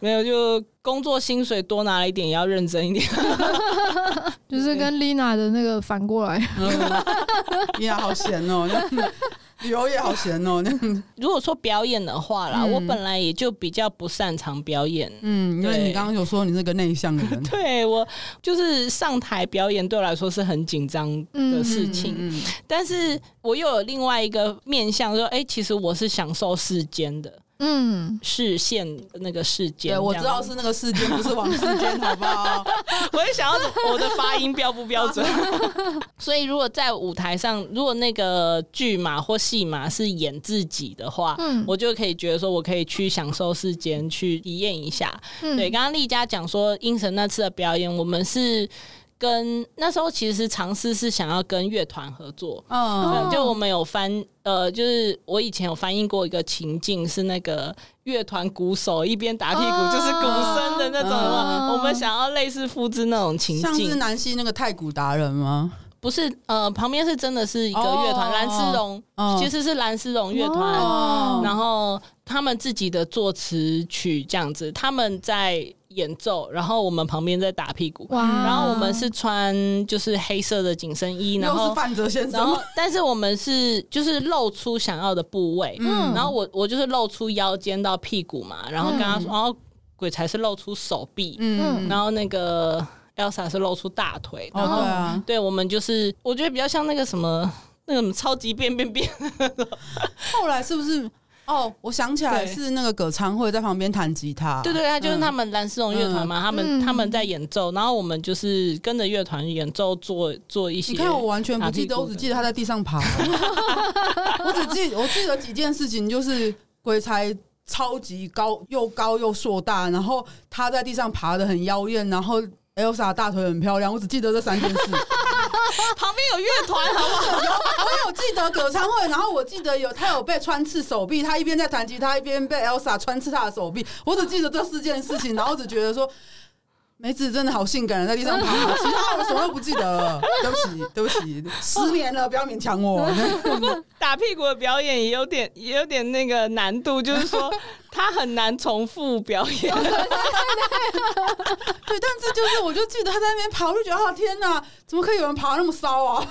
Speaker 3: 没有，就工作薪水多拿了一点，也要认真一点。
Speaker 2: 就是跟 Lina 的那个反过来，
Speaker 1: 嗯你俩好闲哦， 这样子旅游也好闲哦，这样子
Speaker 3: 如果说表演的话啦，
Speaker 1: 嗯
Speaker 3: 我本来也就比较不擅长表演。
Speaker 1: 嗯，因为
Speaker 3: 对
Speaker 1: 你刚刚有说你是个内向的人
Speaker 3: 对我就是上台表演对我来说是很紧张的 事情，
Speaker 1: 嗯嗯
Speaker 3: 但是我又有另外一个面向说，哎、其实我是享受世间的
Speaker 2: 嗯，
Speaker 3: 视线那个世间。
Speaker 1: 对，我
Speaker 3: 这
Speaker 1: 知
Speaker 3: 样
Speaker 1: 道是那个世间，不是王世间，好不好？
Speaker 3: 我也想要怎么我的发音标不标 准。 所以，如果在舞台上，如果那个剧码或戏码是演自己的话，
Speaker 2: 嗯
Speaker 3: 我就可以觉得说，我可以去享受世间，去体验一下。
Speaker 2: 嗯
Speaker 3: 对，，刚刚丽佳讲说，英神那次的表演，我们是跟那时候其实尝试是想要跟乐团合作。
Speaker 1: 嗯，
Speaker 3: 对就我们有翻，呃，就是我以前有翻译过一个情境，是那个乐团鼓手一边打屁股，
Speaker 2: 哦
Speaker 3: 就是鼓声的那种有没有
Speaker 2: 哦
Speaker 3: 我们想要类似复制那种 情
Speaker 1: 像是
Speaker 3: 境，
Speaker 1: 南希那个太古达人吗？
Speaker 3: 不是呃，旁边是真的是一个乐团，
Speaker 1: 哦
Speaker 3: 蓝丝绒，
Speaker 1: 嗯
Speaker 3: 其实是蓝丝绒乐团，
Speaker 1: 哦
Speaker 3: 然后他们自己的作词曲这样子，他们在演奏，然后我们旁边在打屁股，
Speaker 2: 哇，
Speaker 3: 然后我们是穿就是黑色的紧身衣，然
Speaker 1: 又是
Speaker 3: 后。
Speaker 1: 范泽先
Speaker 3: 然
Speaker 1: 生
Speaker 3: 后，但是我们是就是露出想要的部位，
Speaker 2: 嗯
Speaker 3: 然后我我就是露出腰间到屁股嘛，然后跟他说，然后鬼才是露出手臂，
Speaker 1: 嗯，
Speaker 3: 然后那个 Elsa 是露出大腿，
Speaker 1: 哦对啊，
Speaker 3: 对我们就是我觉得比较像那个什么那个什么超级变变变，
Speaker 1: 后来是不是？哦，我想起来
Speaker 3: 对
Speaker 1: 是那个葛昌慧在旁边弹吉他，
Speaker 3: 对对，他就是他们蓝丝绒乐团嘛，他们
Speaker 2: 嗯
Speaker 3: 他们在演奏，然后我们就是跟着乐团演奏做做一些，
Speaker 1: 你看我完全不记
Speaker 3: 打屁股
Speaker 1: 得，
Speaker 3: 的
Speaker 1: 我只记得他在地上爬。 我只记我记得几件事情，就是鬼才超级高，又高又硕大，然后他在地上爬的很妖艳，然后 Elsa 大腿很漂亮。我只记得这三件事，我
Speaker 3: 旁边有乐团，好不好？
Speaker 1: 有哦记得葛昌慧，然后我记得有他有被穿刺手臂，他一边在弹吉他，一边被 Elsa 穿刺他的手臂。我只记得这四件事情，然后只觉得说。梅子真的好性感，在地上爬，其他我什么都不记得了。对不起，对不起，失眠了，不要勉强我。
Speaker 3: 打屁股的表演也有点 也有点那个难度，就是说他很难重复表演。
Speaker 1: 对，但这就是，我就记得他在那边爬，我就觉得啊，天哪，怎么可以有人爬那么骚啊？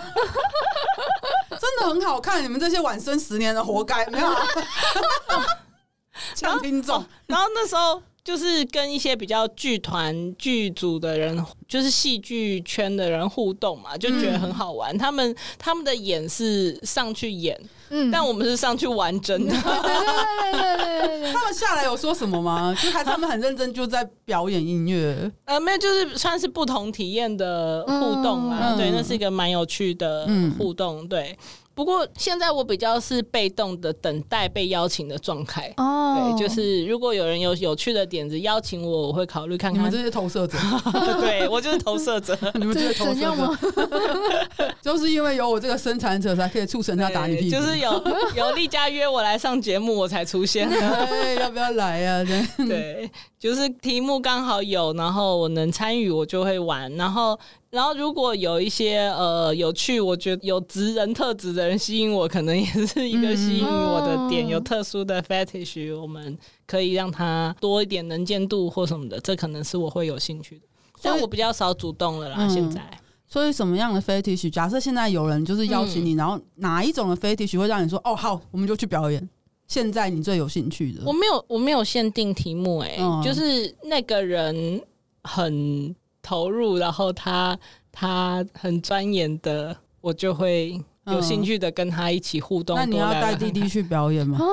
Speaker 1: 真的很好看，你们这些晚生十年的活该，没有、 啊。像听众，
Speaker 3: 然后那时候就是跟一些比较剧团剧组的人，就是戏剧圈的人互动嘛，就觉得很好玩。他们他们的演是上去演，
Speaker 2: 嗯，
Speaker 3: 但我们是上去玩真的。
Speaker 2: 对对对对对对对，
Speaker 1: 他们下来有说什么 吗？就还是他们很认真，就在表演音乐。
Speaker 3: 呃，没有，就是算是不同体验的互动啦。
Speaker 1: 嗯
Speaker 3: 对，那是一个蛮有趣的
Speaker 1: 嗯
Speaker 3: 互动。对，不过现在我比较是被动的等待被邀请的状态。
Speaker 2: 哦，
Speaker 3: 对，就是如果有人有有趣的点子邀请我，我会考虑看
Speaker 1: 你们
Speaker 3: 看
Speaker 1: 这。些投射 者，
Speaker 3: 对我就是投 射者，
Speaker 1: 你们这
Speaker 2: 这
Speaker 1: 些
Speaker 2: 是
Speaker 1: 投
Speaker 2: 怎
Speaker 1: 射
Speaker 2: 样
Speaker 1: 者，
Speaker 2: 吗？
Speaker 1: 就是因为有我这个生产者，才可以促成他打你屁股。
Speaker 3: 就是有有丽佳约我来上节目，我才出现。
Speaker 1: 哎，要不要来 啊？这样
Speaker 3: 对，就是题目刚好有，然后我能参与，我就会玩。然后，然后如果有一些呃有趣，我觉得有职人特质的人吸引我，可能也是一个吸引我的
Speaker 2: 嗯
Speaker 3: 点。有特殊的 fetish，我们可以让他多一点能见度或什么的，这可能是我会有兴趣的。
Speaker 1: 所以
Speaker 3: 但我比较少主动了啦，
Speaker 1: 嗯
Speaker 3: 现在。
Speaker 1: 所以什么样的 fetish？假设现在有人就是邀请你，
Speaker 3: 嗯
Speaker 1: 然后哪一种的 fetish 会让你说哦好，我们就去表演？现在你最有兴趣的
Speaker 3: 我没有，我没有限定题目、欸，哎、
Speaker 1: 嗯
Speaker 3: 就是那个人很投入，然后他他很钻研的，我就会有兴趣的跟他一起互
Speaker 1: 嗯
Speaker 3: 动。
Speaker 1: 那你要
Speaker 3: 多聊聊
Speaker 1: 带弟弟去表演 吗？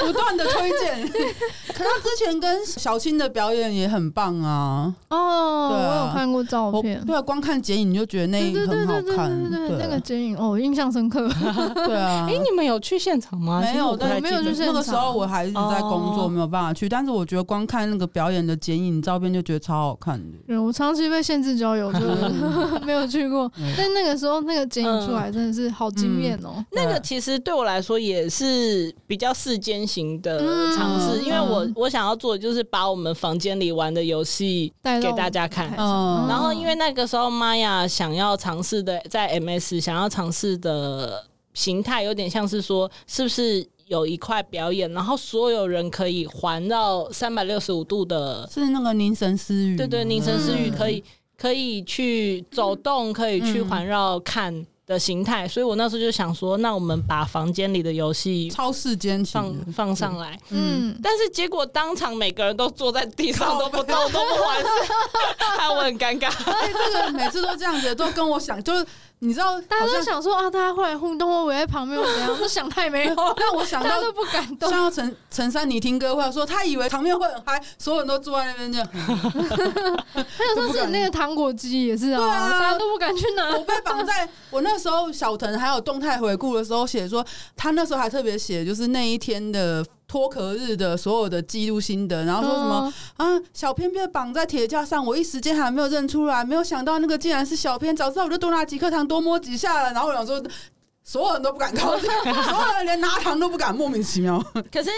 Speaker 1: 不断的推荐， 可他之前跟小青的表演也很棒啊！
Speaker 2: 哦，
Speaker 1: 对啊
Speaker 2: 我有看过照
Speaker 1: 我
Speaker 2: 片，
Speaker 1: 对啊，光看剪影就觉得那很
Speaker 2: 对对对
Speaker 1: 好
Speaker 2: 对对
Speaker 1: 看，啊
Speaker 2: 对对，
Speaker 3: 啊
Speaker 2: 那个剪影哦，我印象深刻。
Speaker 1: 对 啊
Speaker 3: 看。哎、。你们有去现场吗？
Speaker 1: 没
Speaker 3: 其实
Speaker 1: 有，
Speaker 3: 我不太
Speaker 1: 但
Speaker 2: 没有
Speaker 3: 记得
Speaker 2: 就是
Speaker 1: 那个时候我还一直在工作，
Speaker 3: 哦
Speaker 1: 没有办法去。但是我觉得光看那个表演的剪影照片就觉得超好看 的。
Speaker 2: 对，我长期被限制交友，就是
Speaker 1: 啊
Speaker 2: 没有去过。
Speaker 1: 嗯
Speaker 2: 但那个时候那个剪影出
Speaker 3: 嗯
Speaker 2: 来真的是好惊艳哦！
Speaker 3: 那个其实对我来说也是比较世间型的
Speaker 2: 嗯
Speaker 3: 尝试，因为我
Speaker 2: 嗯
Speaker 3: 我想要做的就是把我们房间里玩的游戏
Speaker 2: 带到
Speaker 3: 给
Speaker 2: 我
Speaker 3: 大
Speaker 2: 们
Speaker 3: 家看
Speaker 2: 台。上
Speaker 1: 嗯
Speaker 3: 然后因为那个时候玛雅想要尝试的，在 MS 想要尝试的形态，有点像是说，是不是有一块表演，然后所有人可以环绕三百六十五度的，
Speaker 1: 是那个凝神私语吗，
Speaker 3: 对对，凝神私语
Speaker 1: 嗯
Speaker 3: 可以可以去走动，可以去
Speaker 1: 嗯
Speaker 3: 环绕看的形态。所以我那时候就想说，那我们把房间里的游戏
Speaker 1: 超世间情
Speaker 3: 放
Speaker 1: 的，
Speaker 3: 放上来。
Speaker 2: 嗯，
Speaker 3: 但是结果当场每个人都坐在地上都不动都不 玩，害我很尴尬。
Speaker 1: 哎，这个每次都这样子，都跟我想，就是你知道，
Speaker 2: 大
Speaker 1: 好
Speaker 2: 家都
Speaker 1: 像
Speaker 2: 想说啊，大家会来互动，我围在旁边，我 怎样？我想太美好，
Speaker 1: 让我想
Speaker 2: 大
Speaker 1: 到
Speaker 2: 家都不敢动
Speaker 1: 像。要陈陈珊妮听歌会说，她以为场面会很嗨，所有人都坐在那边这样。
Speaker 2: 还有上次你那个糖果机也是啊，
Speaker 1: 对啊
Speaker 2: 大家都不敢去拿。
Speaker 1: 我被绑在我那时候小腾还有动态回顾的时候写说，他那时候还特别写，就是那一天的脱壳日的所有的记录心得，然后说什么、
Speaker 3: 嗯
Speaker 1: 啊，小片被绑在铁架上，我一时间还没有认出来，没有想到那个竟然是小片，早知道我就多拿几颗糖，多摸几下了。然后我想说，所有人都不敢靠近， 所有人连拿糖都不敢，莫名其妙。
Speaker 3: 可是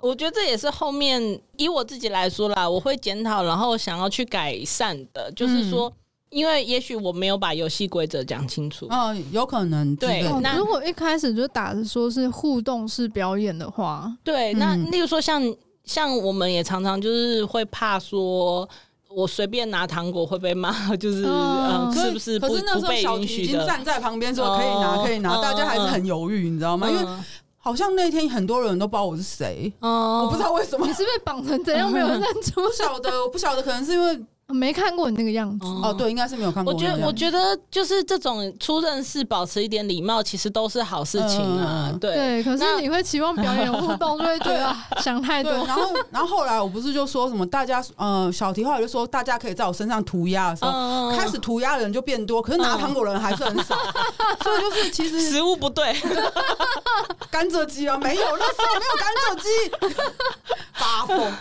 Speaker 3: 我觉得这也是后面以我自己来说啦，我会检讨，然后想要去改善的，就是说，
Speaker 1: 嗯
Speaker 3: 因为也许我没有把游戏规则讲清楚。
Speaker 1: 嗯、有可能之类的
Speaker 3: 对
Speaker 2: 哦
Speaker 3: 那
Speaker 2: 如果一开始就打着说是互动式表演的话，
Speaker 3: 对，那
Speaker 1: 嗯
Speaker 3: 例如说像像我们也常常就是会怕说。我随便拿糖果会被骂，就是、
Speaker 2: 哦
Speaker 3: 嗯，
Speaker 1: 可
Speaker 3: 是不是不
Speaker 1: 可是那时
Speaker 3: 不
Speaker 1: 候
Speaker 3: 被
Speaker 1: 小
Speaker 3: 允
Speaker 1: 婷已
Speaker 3: 许
Speaker 1: 经
Speaker 3: 的？
Speaker 1: 站在旁边说可以拿，
Speaker 3: 哦
Speaker 1: 可以拿，
Speaker 3: 嗯
Speaker 1: 大家还是很犹豫，你知道吗？因为
Speaker 3: 嗯
Speaker 1: 好像那天很多人都不知道我是谁，
Speaker 3: 哦
Speaker 1: 我不知道为什么
Speaker 2: 你，是被绑成怎样没有认 出？
Speaker 1: 不晓得，我不晓得，可能是因为
Speaker 2: 没看过你那个样子，
Speaker 1: 哦，对，应该是没有看过
Speaker 3: 嗯我
Speaker 1: 那
Speaker 3: 觉
Speaker 1: 个样子。
Speaker 3: 得，我觉得就是这种初认识，保持一点礼貌，其实都是好事情啊。
Speaker 1: 嗯
Speaker 3: 对，
Speaker 2: 对。可是你会期望表演互动，就会觉得啊想太
Speaker 1: 对，
Speaker 2: 多。
Speaker 1: 然后然后后来我不是就说什么大家呃小题后来就说大家可以在我身上涂鸦的时候，
Speaker 3: 嗯
Speaker 1: 开始涂鸦的人就变多，可是拿糖果的人还是很 少，所以就是其实
Speaker 3: 食物不对，
Speaker 1: 甘蔗鸡啊，没有，那时候没有 甘蔗鸡，发疯。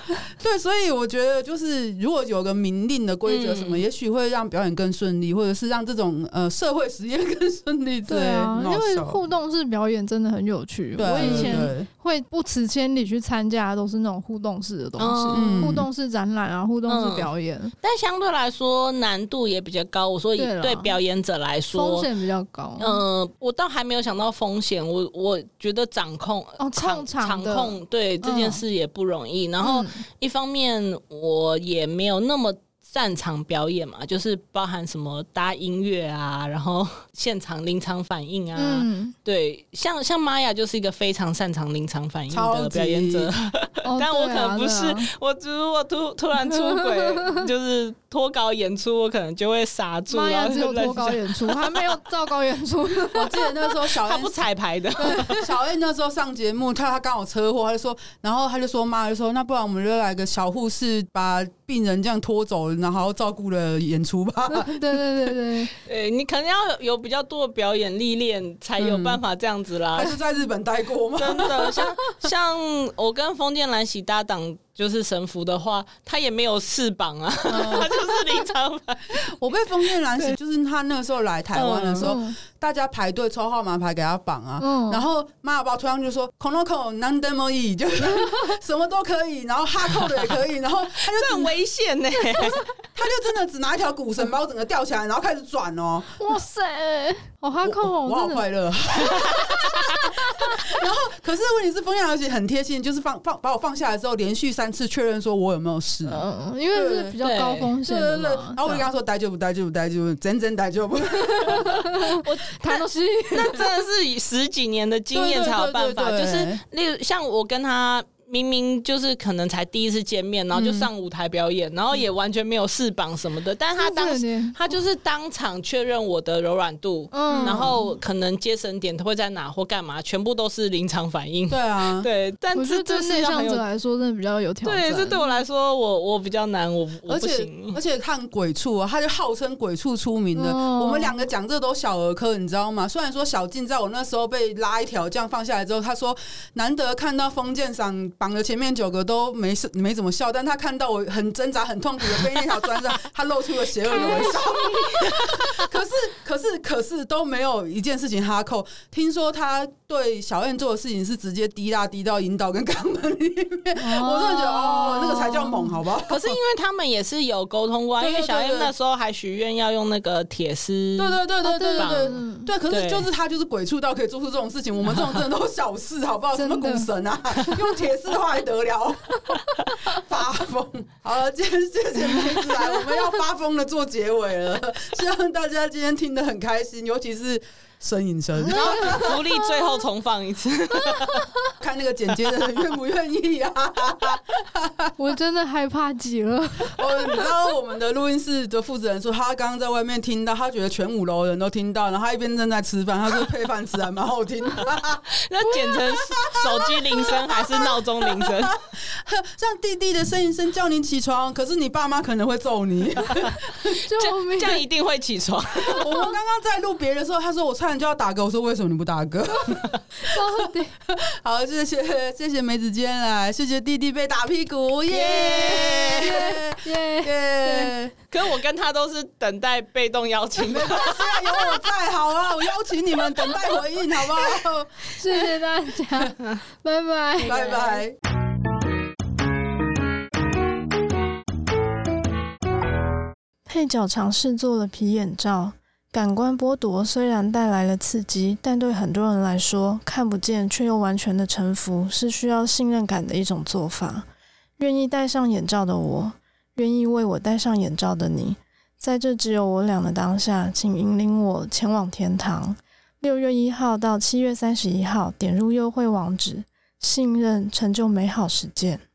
Speaker 1: 对，所以我觉得就是如果有个明令的规则什么，
Speaker 3: 嗯
Speaker 1: 也许会让表演更顺利，或者是让这种呃社会实验更顺利之类。
Speaker 2: 对啊，
Speaker 1: 很
Speaker 2: 因
Speaker 1: 好
Speaker 2: 为
Speaker 1: 笑
Speaker 2: 互动式表演真的很有趣。
Speaker 1: 对
Speaker 2: 我以前
Speaker 1: 对
Speaker 2: 会会不辞千里去参加的都是那种互动式的东西，
Speaker 1: 嗯
Speaker 2: 互动式展览啊，互动式表演，
Speaker 3: 但相对来说难度也比较高。我说以
Speaker 2: 对啦
Speaker 3: 对表演者来
Speaker 2: 风
Speaker 3: 说，
Speaker 2: 险比较高。
Speaker 3: 嗯、我倒还没有想到风险。我我觉得掌控
Speaker 2: 哦
Speaker 3: 场
Speaker 2: 控场
Speaker 3: 场
Speaker 2: 的
Speaker 3: 控对这件
Speaker 2: 嗯
Speaker 3: 事也不容易。然后
Speaker 2: 嗯
Speaker 3: 一方面我也没有那么擅长表演嘛，就是包含什么搭音乐啊，然后 现场临场反应 啊，
Speaker 2: 嗯，
Speaker 3: 对，像像玛雅就是一个非常擅长临场反应
Speaker 1: 超
Speaker 3: 的
Speaker 1: 级
Speaker 3: 表演者。
Speaker 2: 哦
Speaker 3: 但我可能不
Speaker 2: 对啊对啊
Speaker 3: 我如果突突然出 轨，就是脱稿演出，我可能就会傻住，
Speaker 2: 妈
Speaker 3: 然
Speaker 2: 呀，
Speaker 3: 后
Speaker 2: 只
Speaker 3: 就
Speaker 2: 有脱稿
Speaker 3: 乱讲。
Speaker 2: 演出，还 没有照稿演出。
Speaker 1: 我记得那时候小
Speaker 3: 他
Speaker 1: 燕
Speaker 3: 不彩排的，
Speaker 1: 小燕那时候上节目，她她刚好车祸，她就说，然后她就说妈就说，那不然我们就来个小护士把病人这样拖走，然后照顾了演出吧。
Speaker 2: 对对对对，
Speaker 3: 对你可能要有有比较多的表演历练，才
Speaker 2: 嗯
Speaker 3: 有办法这样子啦
Speaker 1: 还。是在日本待过吗？
Speaker 3: 真 的，像像我跟封建兰喜搭档，就是神符的话，他也没有翅膀啊，
Speaker 2: 嗯
Speaker 3: 他就是临场反
Speaker 1: 我被封建兰喜，就是她那个时候来台湾的时候，
Speaker 2: 嗯
Speaker 1: 大家排队抽号码牌给她绑啊。
Speaker 2: 嗯
Speaker 1: 然后妈把我推上去就说 “kono ko n a n d e m o i”，就是什么都可以，然后哈扣的也可以，然后她就
Speaker 3: 这很危险 呢、
Speaker 1: 她就真的只拿一条鼓绳把我整个吊起来，然后开始转哦，
Speaker 2: 哇塞，好哈扣
Speaker 1: 我
Speaker 2: 哦，
Speaker 1: 好
Speaker 2: 真的
Speaker 1: 快 乐。然后，可是问题是，风向小姐很贴心，就是放放把我放下来之后，连续三次确认说我有没有事。
Speaker 3: 哦
Speaker 2: 嗯，因为是比较高风
Speaker 1: 对对
Speaker 2: 险的
Speaker 1: 对，
Speaker 2: 嘛
Speaker 1: 然，后我就跟
Speaker 2: 对啊
Speaker 1: 她说：“待就不待就不待就不，真真待就不。”
Speaker 2: 谈东西，
Speaker 3: 那真的是以十几年的经验才有办法。
Speaker 1: 对对
Speaker 3: 就
Speaker 1: 对对对
Speaker 3: 是，例如像我跟他明明就是可能才第一次见面，然后就上舞台表演，然后也完全没有翅膀什么的，但他 当
Speaker 2: 真的耶
Speaker 3: 他就是当场确认我的柔软度，
Speaker 2: 嗯
Speaker 3: 然后可能接神点会在哪或干嘛，全部都是临场反应。
Speaker 1: 对啊，
Speaker 3: 对，但
Speaker 2: 我觉
Speaker 3: 这
Speaker 2: 得
Speaker 3: 这
Speaker 2: 对
Speaker 3: 是
Speaker 2: 内
Speaker 3: 要很
Speaker 2: 向者
Speaker 3: 有。
Speaker 2: 来说，真的比较有挑战。
Speaker 3: 对，这对我来说，我我比较难，我我
Speaker 1: 而
Speaker 3: 不
Speaker 1: 且
Speaker 3: 行
Speaker 1: 而。且看鬼畜啊，他就号称鬼畜出名的。
Speaker 2: 哦
Speaker 1: 我们两个讲这都小儿科，你知道吗？虽然说小静在我那时候被拉一条这样放下来之后，他说难得看到封建赏绑的前面九个都没事没怎么笑，但他看到我很挣扎、很痛苦的被那条拴上，他露出了邪恶的微笑。 可是可是可是都没有一件事情哈扣。听说他对小燕做的事情是直接滴答滴到引导跟肛门里面， 我真的觉得哦，那个才叫猛，好不好？
Speaker 3: 可是因为他们也是有沟通过啊，
Speaker 1: 对
Speaker 3: 因
Speaker 1: 对
Speaker 3: 为小
Speaker 1: 对
Speaker 3: M
Speaker 1: 对
Speaker 3: 那时候还许愿要用那个铁丝，
Speaker 1: 对对对对对对对
Speaker 2: 嗯
Speaker 1: 对，可是
Speaker 3: 对
Speaker 1: 就是他就是鬼畜到可以做出这种事情，我们这种真的都是小 事，好不好？什
Speaker 2: 真
Speaker 1: 么
Speaker 2: 的
Speaker 1: 股神 啊，用铁丝的话还得了？发疯！好了，今天谢谢妹子来，我们要发疯的做结尾了。希望大家今天听得很开心，尤其是呻吟声，
Speaker 2: 啊
Speaker 3: 然后福利最后重放一次，
Speaker 1: 看那个剪接的人愿不愿意 啊？
Speaker 2: 我真的害怕极了。
Speaker 1: 我哦你知道我们的录音室的负责人说，他刚刚在外面听到，他觉得全五楼的人都听到，然后他一边正在吃饭，他说配饭吃还蛮好听的。
Speaker 3: 那剪成手机铃声还是闹钟铃 声？
Speaker 1: 像弟弟的呻吟声叫你起床，可是你爸妈可能会揍你。
Speaker 2: 救
Speaker 3: 这
Speaker 2: 命！
Speaker 3: 这样一定会起床。
Speaker 1: 我们刚刚在录别的时候，他说我差点就要打嗝，我说为什么你不打嗝？
Speaker 2: 到底
Speaker 1: 好，谢谢谢谢梅子今天来，谢谢弟弟被打屁股， 耶
Speaker 2: 耶！
Speaker 1: 耶！
Speaker 3: 可是我跟他都是等待被动邀请的，
Speaker 1: 虽然有我在，好啊，我邀请你们等待回应，好不 好？
Speaker 2: 谢谢大 家，拜拜。
Speaker 1: 拜拜。
Speaker 2: 配角尝试做了皮眼罩。感官剥夺虽然带来了刺激，但对很多人来说，看不见却又完全的臣服是需要信任感的一种做法。愿意戴上眼罩的我，愿意为我戴上眼罩的你，在这只有我俩的当下，请引领我前往天堂。六月一号到七月三十一号，点入优惠网址，信任成就美好实践。